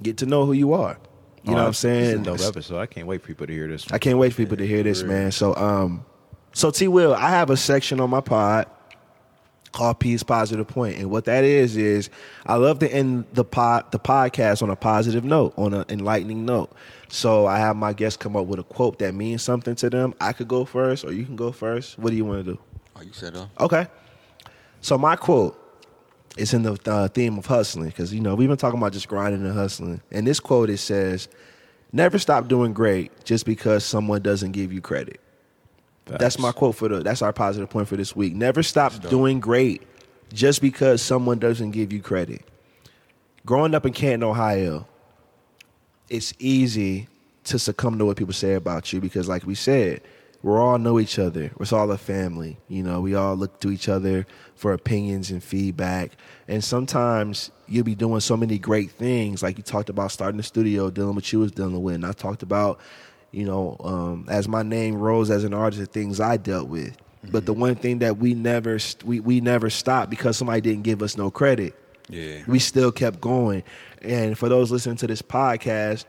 get to know who you are. Oh, You know what I'm saying? Dope episode. I can't wait for people to hear this. I can't wait for people to hear this, man. So um so T Will, I have a section on my pod called P's Positive Point. And what that is is I love to end the pod the podcast on a positive note, on an enlightening note. So I have my guests come up with a quote that means something to them. I could go first or you can go first. What do you want to do? Oh, you said that? Okay. So my quote is in the uh, theme of hustling because you know we've been talking about just grinding and hustling, and this quote it says, "Never stop doing great just because someone doesn't give you credit." That's my quote for the. That's our positive point for this week. Never stop doing great just because someone doesn't give you credit. Growing up in Canton, Ohio, it's easy to succumb to what people say about you because, like we said, we all know each other. We're all a family. You know, we all look to each other for opinions and feedback. And sometimes you'll be doing so many great things, like you talked about starting the studio, dealing with you was dealing with, and I talked about, you know, um, as my name rose as an artist, the things I dealt with. But the one thing that we never st- we we never stopped because somebody didn't give us no credit Yeah. we still kept going. And for those listening to this podcast,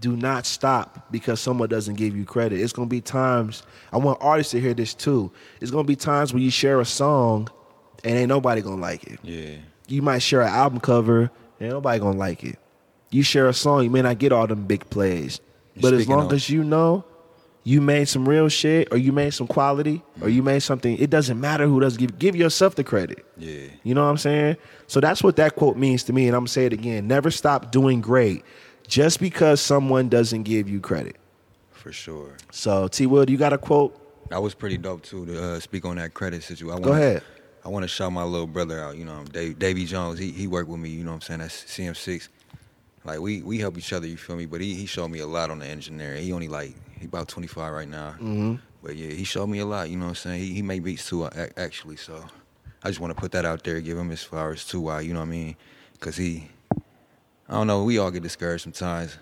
do not stop because someone doesn't give you credit. It's gonna be times I want artists to hear this too. It's gonna be times where you share a song and ain't nobody gonna like it. Yeah. you might share an album cover and nobody gonna like it. You share a song, you may not get all them big plays, You but as speaking long up. as you know you made some real shit, or you made some quality, or you made something, it doesn't matter who does give give yourself the credit. Yeah. You know what I'm saying? So that's what that quote means to me, and I'm gonna say it again: never stop doing great just because someone doesn't give you credit. for sure. So T. Will, do you got a quote? That was pretty dope too to uh, speak on that credit situation. I Go wanna- ahead. I want to shout my little brother out. You know, Dave, Davey Jones. He he worked with me. You know, what I'm saying that's CM6. Like we we help each other. You feel me? But he he showed me a lot on the engineering. He only like he about 25 right now. Mm-hmm. But yeah, he showed me a lot. You know what I'm saying? He he made beats too uh, ac- actually. So I just want to put that out there. Give him his flowers too. Why? You know what I mean? Cause he I don't know. We all get discouraged sometimes.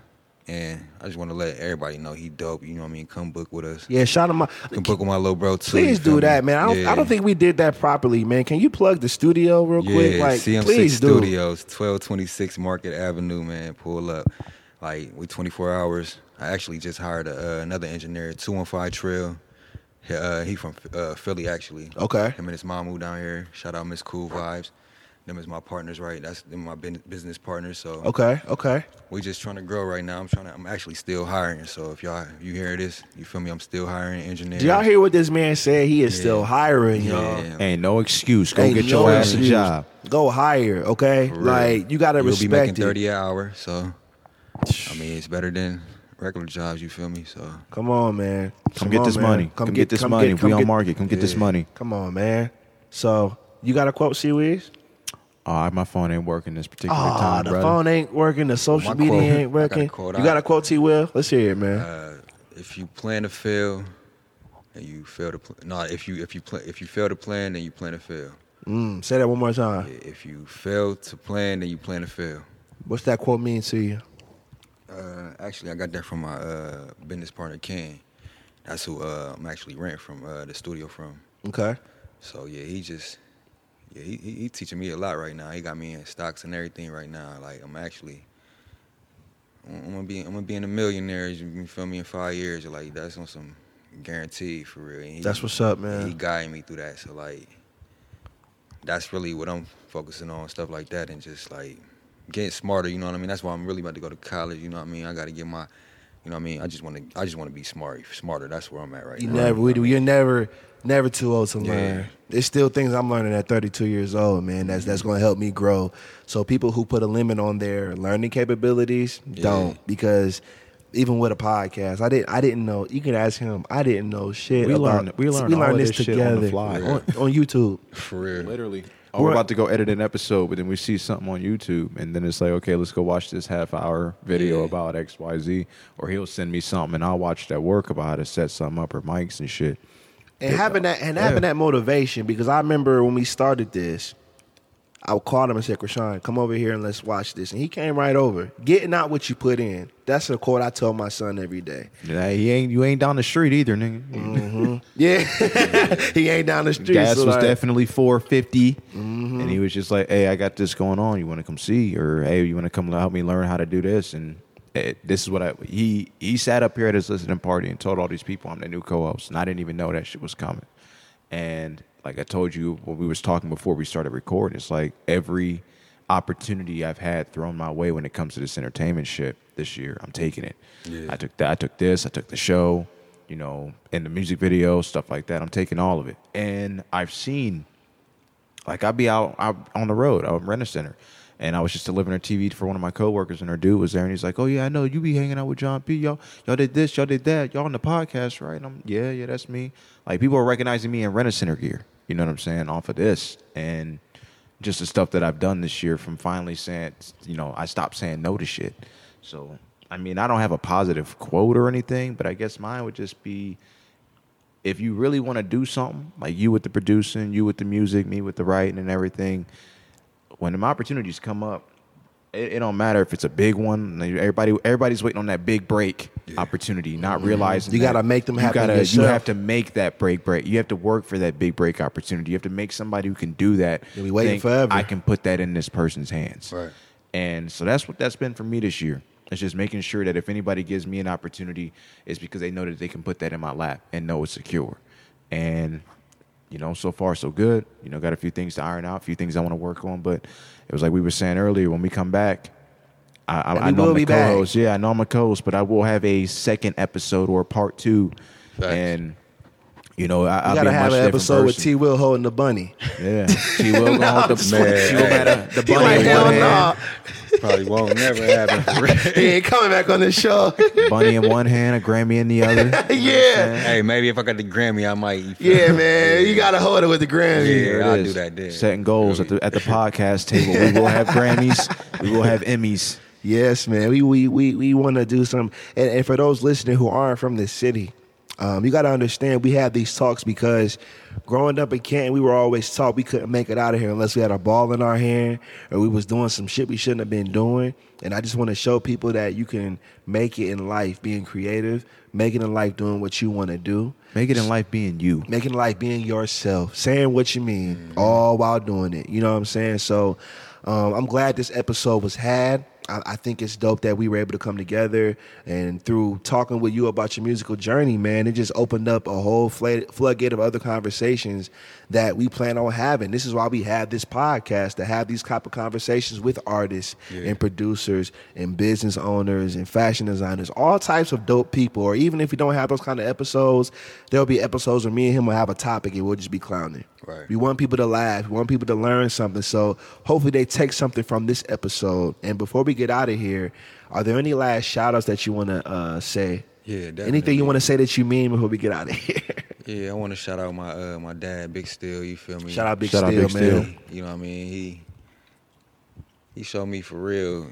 And I just want to let everybody know he dope. You know what I mean? Come book with us. Yeah, shout him out. You can book with my little bro too. Please you feel do that, me? man. I don't, I Yeah. don't think we did that properly, man. Can you plug the studio real yeah, quick? Like, CM6 please do. Studios, twelve twenty six Market Avenue, man. Pull up. Like we twenty four hours. I actually just hired a, uh, another engineer, two one five Trail. He- Uh, he from uh, Philly actually. Okay. Him and his mom moved down here. Shout out Miss Cool Vibes. Them is my partners, right? That's them my bin- business partners. So Okay, okay. we just trying to grow right now. I'm trying to. I'm actually still hiring. So if y'all you hear this, you feel me? I'm still hiring engineers. Do y'all hear what this man said? He is still hiring, y'all. Yeah. Ain't no excuse. Go Ain't get no your ass a excuse. job. Go higher, okay? For real. Like you gotta You'll respect be making it. 30 an hour, so I mean it's better than regular jobs. You feel me? So Come on, man. Come, get this on, man. money. Come, get this come money. come we on get- market. Come get this Yeah. money. Come on, man. So you got a quote, Seaweeds? All right, Oh, my phone ain't working this particular Ah, time, the brother. phone ain't working. The social My media quote- ain't I got a working. quote. you I- got a quote, T. Will? Let's hear it, man. if you plan to fail, and you fail to pl- no, if you if you pl- if you fail to plan, then you plan to fail. Mm, say that one more time. If you fail to plan, then you plan to fail. What's that quote mean to you? Uh, actually, I got that from my uh, business partner Ken. That's who uh, I'm actually rent from uh, the studio from. Okay. So yeah, he just yeah he, he he teaching me a lot right now. He got me in stocks and everything right now. Like I'm actually I'm I'm gonna be I'm gonna be in the millionaires. You feel me? In five years, like that's on some guarantee for real. And he- That's what's up, and He man. guided me through that. So like that's really what I'm focusing on stuff like that and just like getting smarter. You know what I mean? That's why I'm really about to go to college. You know what I mean? I got to get my you know what I mean? I just want to I just want to be smart smarter. That's where I'm at right You now. never, we do. You're never, never too old to Yeah. learn. There's still things I'm learning at 32 years old, man. That's that's going to help me grow. So people who put a limit on their learning capabilities don't because even with a podcast, I didn't I didn't know. You can ask him. I didn't know shit. We about- learned- we learned all of this shit on the fly. on, on YouTube. For real. Literally. Oh, we're about to go edit an episode, but then we see something on YouTube, and then it's like, okay, let's go watch this half hour video Yeah. about X, Y, Z, or he'll send me something, and I'll watch it at work about how to set something up or mics and shit. and having that and having that motivation because I remember when we started this, I called him and said, "Krishan, come over here and let's watch this." And he came right over. Getting out what you put in. That's a quote I tell my son every day. Yeah, he ain't you ain't down the street either, nigga. Yeah, he ain't down the street. Gas so was like- definitely four and he was just like, "Hey, I got this going on. You want to come see, or hey, you want to come help me learn how to do this?" And eh, this is what I he he sat up here at his listening party and told all these people I'm the new co-host, and I didn't even know that shit was coming. And like I told you when we was talking before we started recording, it's like every opportunity I've had thrown my way when it comes to this entertainment shit this year, I'm taking it. I took that, I took this, I took the show, you know, and the music video, stuff like that. I'm taking all of it. And I've seen like I'd be out, out on the road, out rent a center, and I was just delivering a TV for one of my coworkers, and her dude was there, and he's like, "Oh yeah, I know you be hanging out with John P. Y'all, y'all did this, y'all did that, y'all on the podcast, right?" And I'm, yeah, yeah, that's me. Like people are recognizing me in rent a center gear. You know what I'm saying? Off of this and just the stuff that I've done this year, from finally saying, you know, I stopped saying no to shit. So I mean, I don't have a positive quote or anything, but I guess mine would just be if you really want to do something, like you with the producing, you with the music, me with the writing and everything, when them opportunities come up, it, it don't matter if it's a big one. like, Everybody, everybody's waiting on that big break opportunity, not realizing Mm-hmm. You that gotta make them happen You you yourself. have to make that break break. You have to work for that big break opportunity. You have to make somebody who can do that. You'll be waiting think, forever. I can put that in this person's hands. Right. And so that's what that's been for me this year. It's just making sure that if anybody gives me an opportunity, it's because they know that they can put that in my lap and know it's secure. And you know, so far so good. You know, got a few things to iron out, a few things I want to work on. But it was like we were saying earlier, when we come back, I, I, And I we know will I'm a be back. co-host. Yeah, I know I'm a co-host, but I will have a second episode or part two, Facts. and you know, I, You I'll gotta be a have much an different episode with person. T. Will holding the bunny. Yeah, she will go hold the, Man. she will have the He bunny like, in hell one hand. nah. Probably won't never happen. for real. He ain't coming back on this show. bunny in one hand, a Grammy in the other. yeah. hey, maybe if I got the Grammy, I might. you feel me? Yeah, man. You gotta hold it with the Grammy. Yeah, There it I'll is. do that then. Setting goals at the at the podcast table. We will have Grammys. We will have Emmys. Yes, man. We we we, we want to do some. And, and for those listening who aren't from this city, um, you got to understand we have these talks because growing up in Canton, we were always taught we couldn't make it out of here unless we had a ball in our hand or we was doing some shit we shouldn't have been doing. And I just want to show people that you can make it in life being creative, making it in life doing what you want to do. Make it in life being you. making life being yourself, saying what you mean, all while doing it. You know what I'm saying? So um, I'm glad this episode was had. I, I think it's dope that we were able to come together and through talking with you about your musical journey, man, it just opened up a whole fla- floodgate of other conversations that we plan on having. This is why we have this podcast to have these type of conversations with artists and producers and business owners and fashion designers, all types of dope people. Or even if we don't have those kind of episodes, there'll be episodes where me and him will have a topic and we'll just be clowning. Right. We want people to laugh. We want people to learn something. So hopefully they take something from this episode. And before we get out of here, are there any last shout outs that you want to uh, say? Yeah, definitely. Anything you want to say that you mean before we get out of here? Yeah, I want to shout out my uh, my dad, Big Steel. You feel me? Shout out Big Shout out Steel, Big man. Steel. You know what I mean? He he showed me for real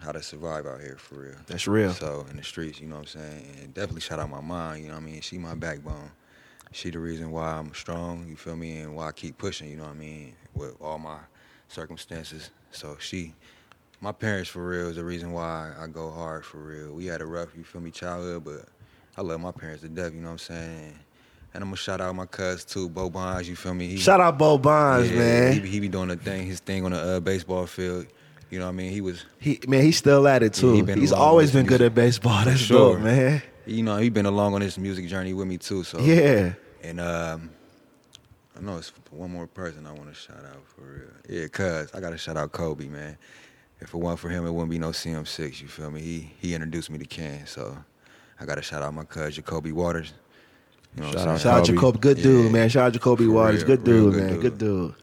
how to survive out here for real. That's real. So in the streets, you know what I'm saying? And definitely shout out my mom, you know what I mean? She my backbone. She the reason why I'm strong, you feel me, and why I keep pushing, you know what I mean, with all my circumstances. So she my parents for real is the reason why I go hard for real. We had a rough, you feel me, childhood, but I love my parents to death, you know what I'm saying? And I'm gonna shout out my cuz too, Bo Bonds, you feel me? He- Shout out Bo Bonds, yeah, man. He, be- he be doing the thing, his thing on the uh, baseball field. You know what I mean? He was, He man, he's still at it too. he been he's along always with been it. good at baseball. That's Sure. dope, man. you know, he been along on his music journey with me too. So Yeah. And um, I know it's one more person I want to shout out for real. Yeah, cuz I gotta shout out Kobe, man. If it weren't for him, it wouldn't be no CM6. You feel me? He he introduced me to Ken, so I gotta shout out my cuz Jacoby Waters. You know what Shout I'm out saying? Shout out Kobe. Jacoby, good Yeah. dude, man. Shout out Jacoby For Waters, real, good real dude, good man, dude. good dude.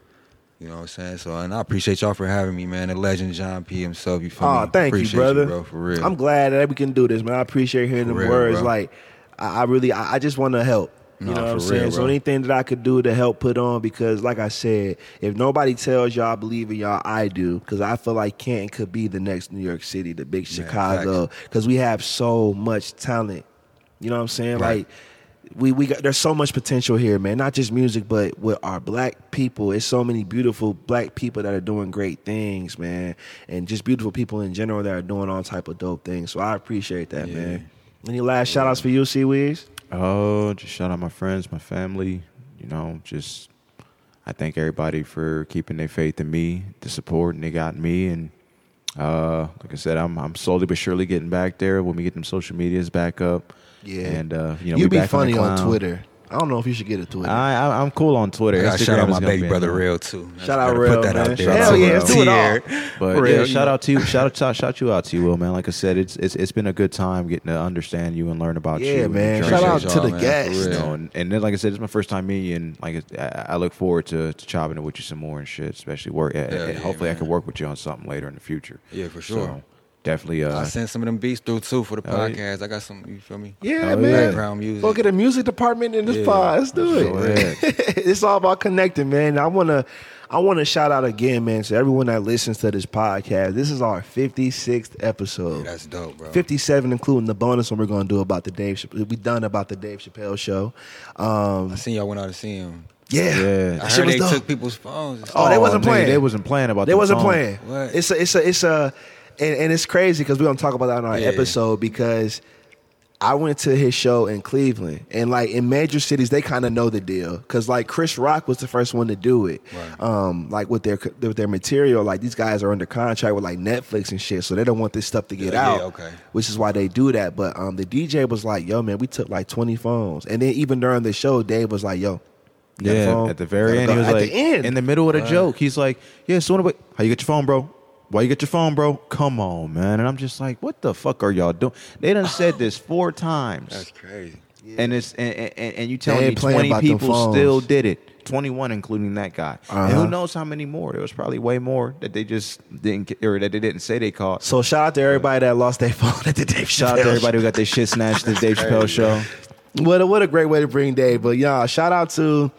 You know what I'm saying? So, and I appreciate y'all for having me, man. The legend John P himself. You feel Oh, me? thank appreciate you, brother. bro. For real. I'm glad that we can do this, man. I appreciate hearing For them real, words. bro. Like, I, I really, I, I just want to help. You Nah, know what for I'm real, saying? so bro. anything that I could do to help put on, because like I said, if nobody tells y'all I believe in y'all, I do. Because I feel like Canton could be the next New York City, the big Chicago. Because we have so much talent. You know what I'm saying? Right. Like we we got there's so much potential here, man. Not just music, but with our black people. It's so many beautiful black people that are doing great things, man. And just beautiful people in general that are doing all type of dope things. So I appreciate that, man. Any last shout outs for you, C Wiz? Oh, just shout out my friends, my family. You know, just I thank everybody for keeping their faith in me, the support and they got me. And uh, like I said, I'm I'm slowly but surely getting back there when we get them social medias back up. and uh, you know, we be back funny on, the on, clown. Ah, Twitter. I don't know if you should get a Twitter. I, I I'm cool on Twitter. I gotta Instagram shout out is my gonna baby be brother another- Real too. Shout out Gotta Real, Put that man. out there. Shout Hell yeah, let's do it all. But For yeah, real, shout you out to you, shout out, shout, shout you out to you, Will, man. Like I said, it's it's it's been a good time getting to understand you and learn about you. yeah, and man. your Shout journey. out y'all, to the man, for guests. real. You know, and, and then like I said, it's my first time meeting. you, And like I, I look forward to, to chopping it with you some more and shit. Especially work. and- Yeah, and yeah, hopefully, I man. can work with you on something later in the future. Yeah, for sure. So, definitely. I Uh, sent some of them beats through too for the Oh, yeah. podcast. I got some. You feel me? Yeah, Oh, man. yeah. Background music. Go get a music department in this Yeah. pod. Let's do it. Sure is. it's all about connecting, man. I wanna I wanna shout out again, man, to everyone that listens to this podcast. This is our 56th episode. That's dope, bro. 57 including the bonus one we're going to do about the Dave Chappelle. We done about the Dave Chappelle show. I Um, seen y'all went out to see him. yeah. Yeah. I That shit heard was they dope. took people's phones. and Oh, stuff. they wasn't nigga, playing. They wasn't playing about. They them wasn't songs. playing. What? It's a, it's a, it's a, and, and it's crazy because we don't talk about that on our Yeah. episode because I went to his show in Cleveland and like in major cities they kind of know the deal because like Chris Rock was the first one to do it, Right. um, like with their with their material. Like these guys are under contract with like Netflix and shit, so they don't want this stuff to get Yeah, out. yeah, okay. which is why they do that. But um, the DJ was like, "Yo, man, we took like twenty phones," and then even during the show, Dave was like, "Yo." Got a Yeah, phone? At the very Gotta end, go. he was at like, the end. in the middle of the joke, he's like, "Yeah, so what about, how you get your phone, bro? Why you get your phone, bro? Come on, man!" And I'm just like, "What the fuck are y'all doing?" They done said this four times, That's crazy. and it's and, and, and you telling ain't me playing 20 about them people phones. still did it, 21 including that guy, and Uh-huh. who knows how many more? There was probably way more that they just didn't get, or that they didn't say they caught. So shout out to everybody that lost their phone at the Dave Shout out Chappelle to everybody who got their shit snatched at the Dave Chappelle show. Show. What a, what a great way to bring Dave. But yeah, shout out to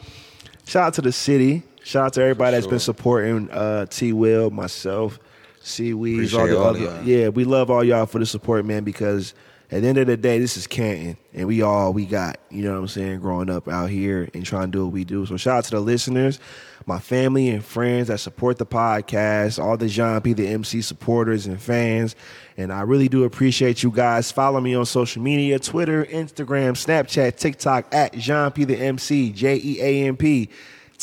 shout out to the city. Shout out to everybody that's been supporting uh, T. Will, myself, C. Weeds, all Appreciate the all other. uh, y'all. Yeah, we love all y'all for the support, man. Because at the end of the day, this is Canton, and we all we got. You know what I'm saying? Growing up out here and trying to do what we do. So shout out to the listeners, my family and friends that support the podcast, all the John P. the MC supporters and fans, and I really do appreciate you guys. Follow me on social media: Twitter, Instagram, Snapchat, TikTok at John P. the MC, J E A M P. E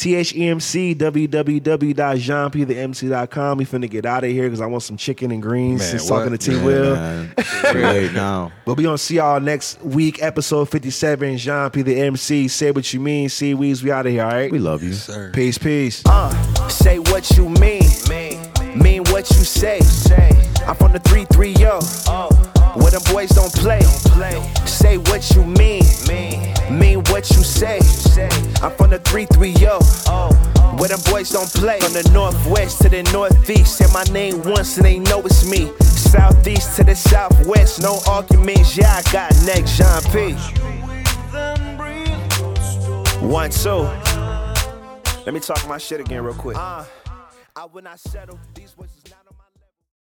T-H-E-M-C, www.jeanpthemc.com. We finna get out of here because I want some chicken and greens Man, since what? talking to T. Yeah, Will. man. Great uh, now. But we gonna see y'all next week, episode 57. Jean P. the MC. Say what you mean. See Weez, we out of here, all right? We love you. Sir. Peace, peace. Uh, say what you mean, mean what you say. I'm from the 330, Uh, where them boys don't play. Say what you mean, mean what you say. I'm from the Oh, 330, where them boys don't play. From the northwest to the northeast, say my name once and they know it's me. Southeast to the southwest, no arguments, yeah, I got next John P. One, two. Let me talk my shit again real quick. Uh, I would not settle. These voices not-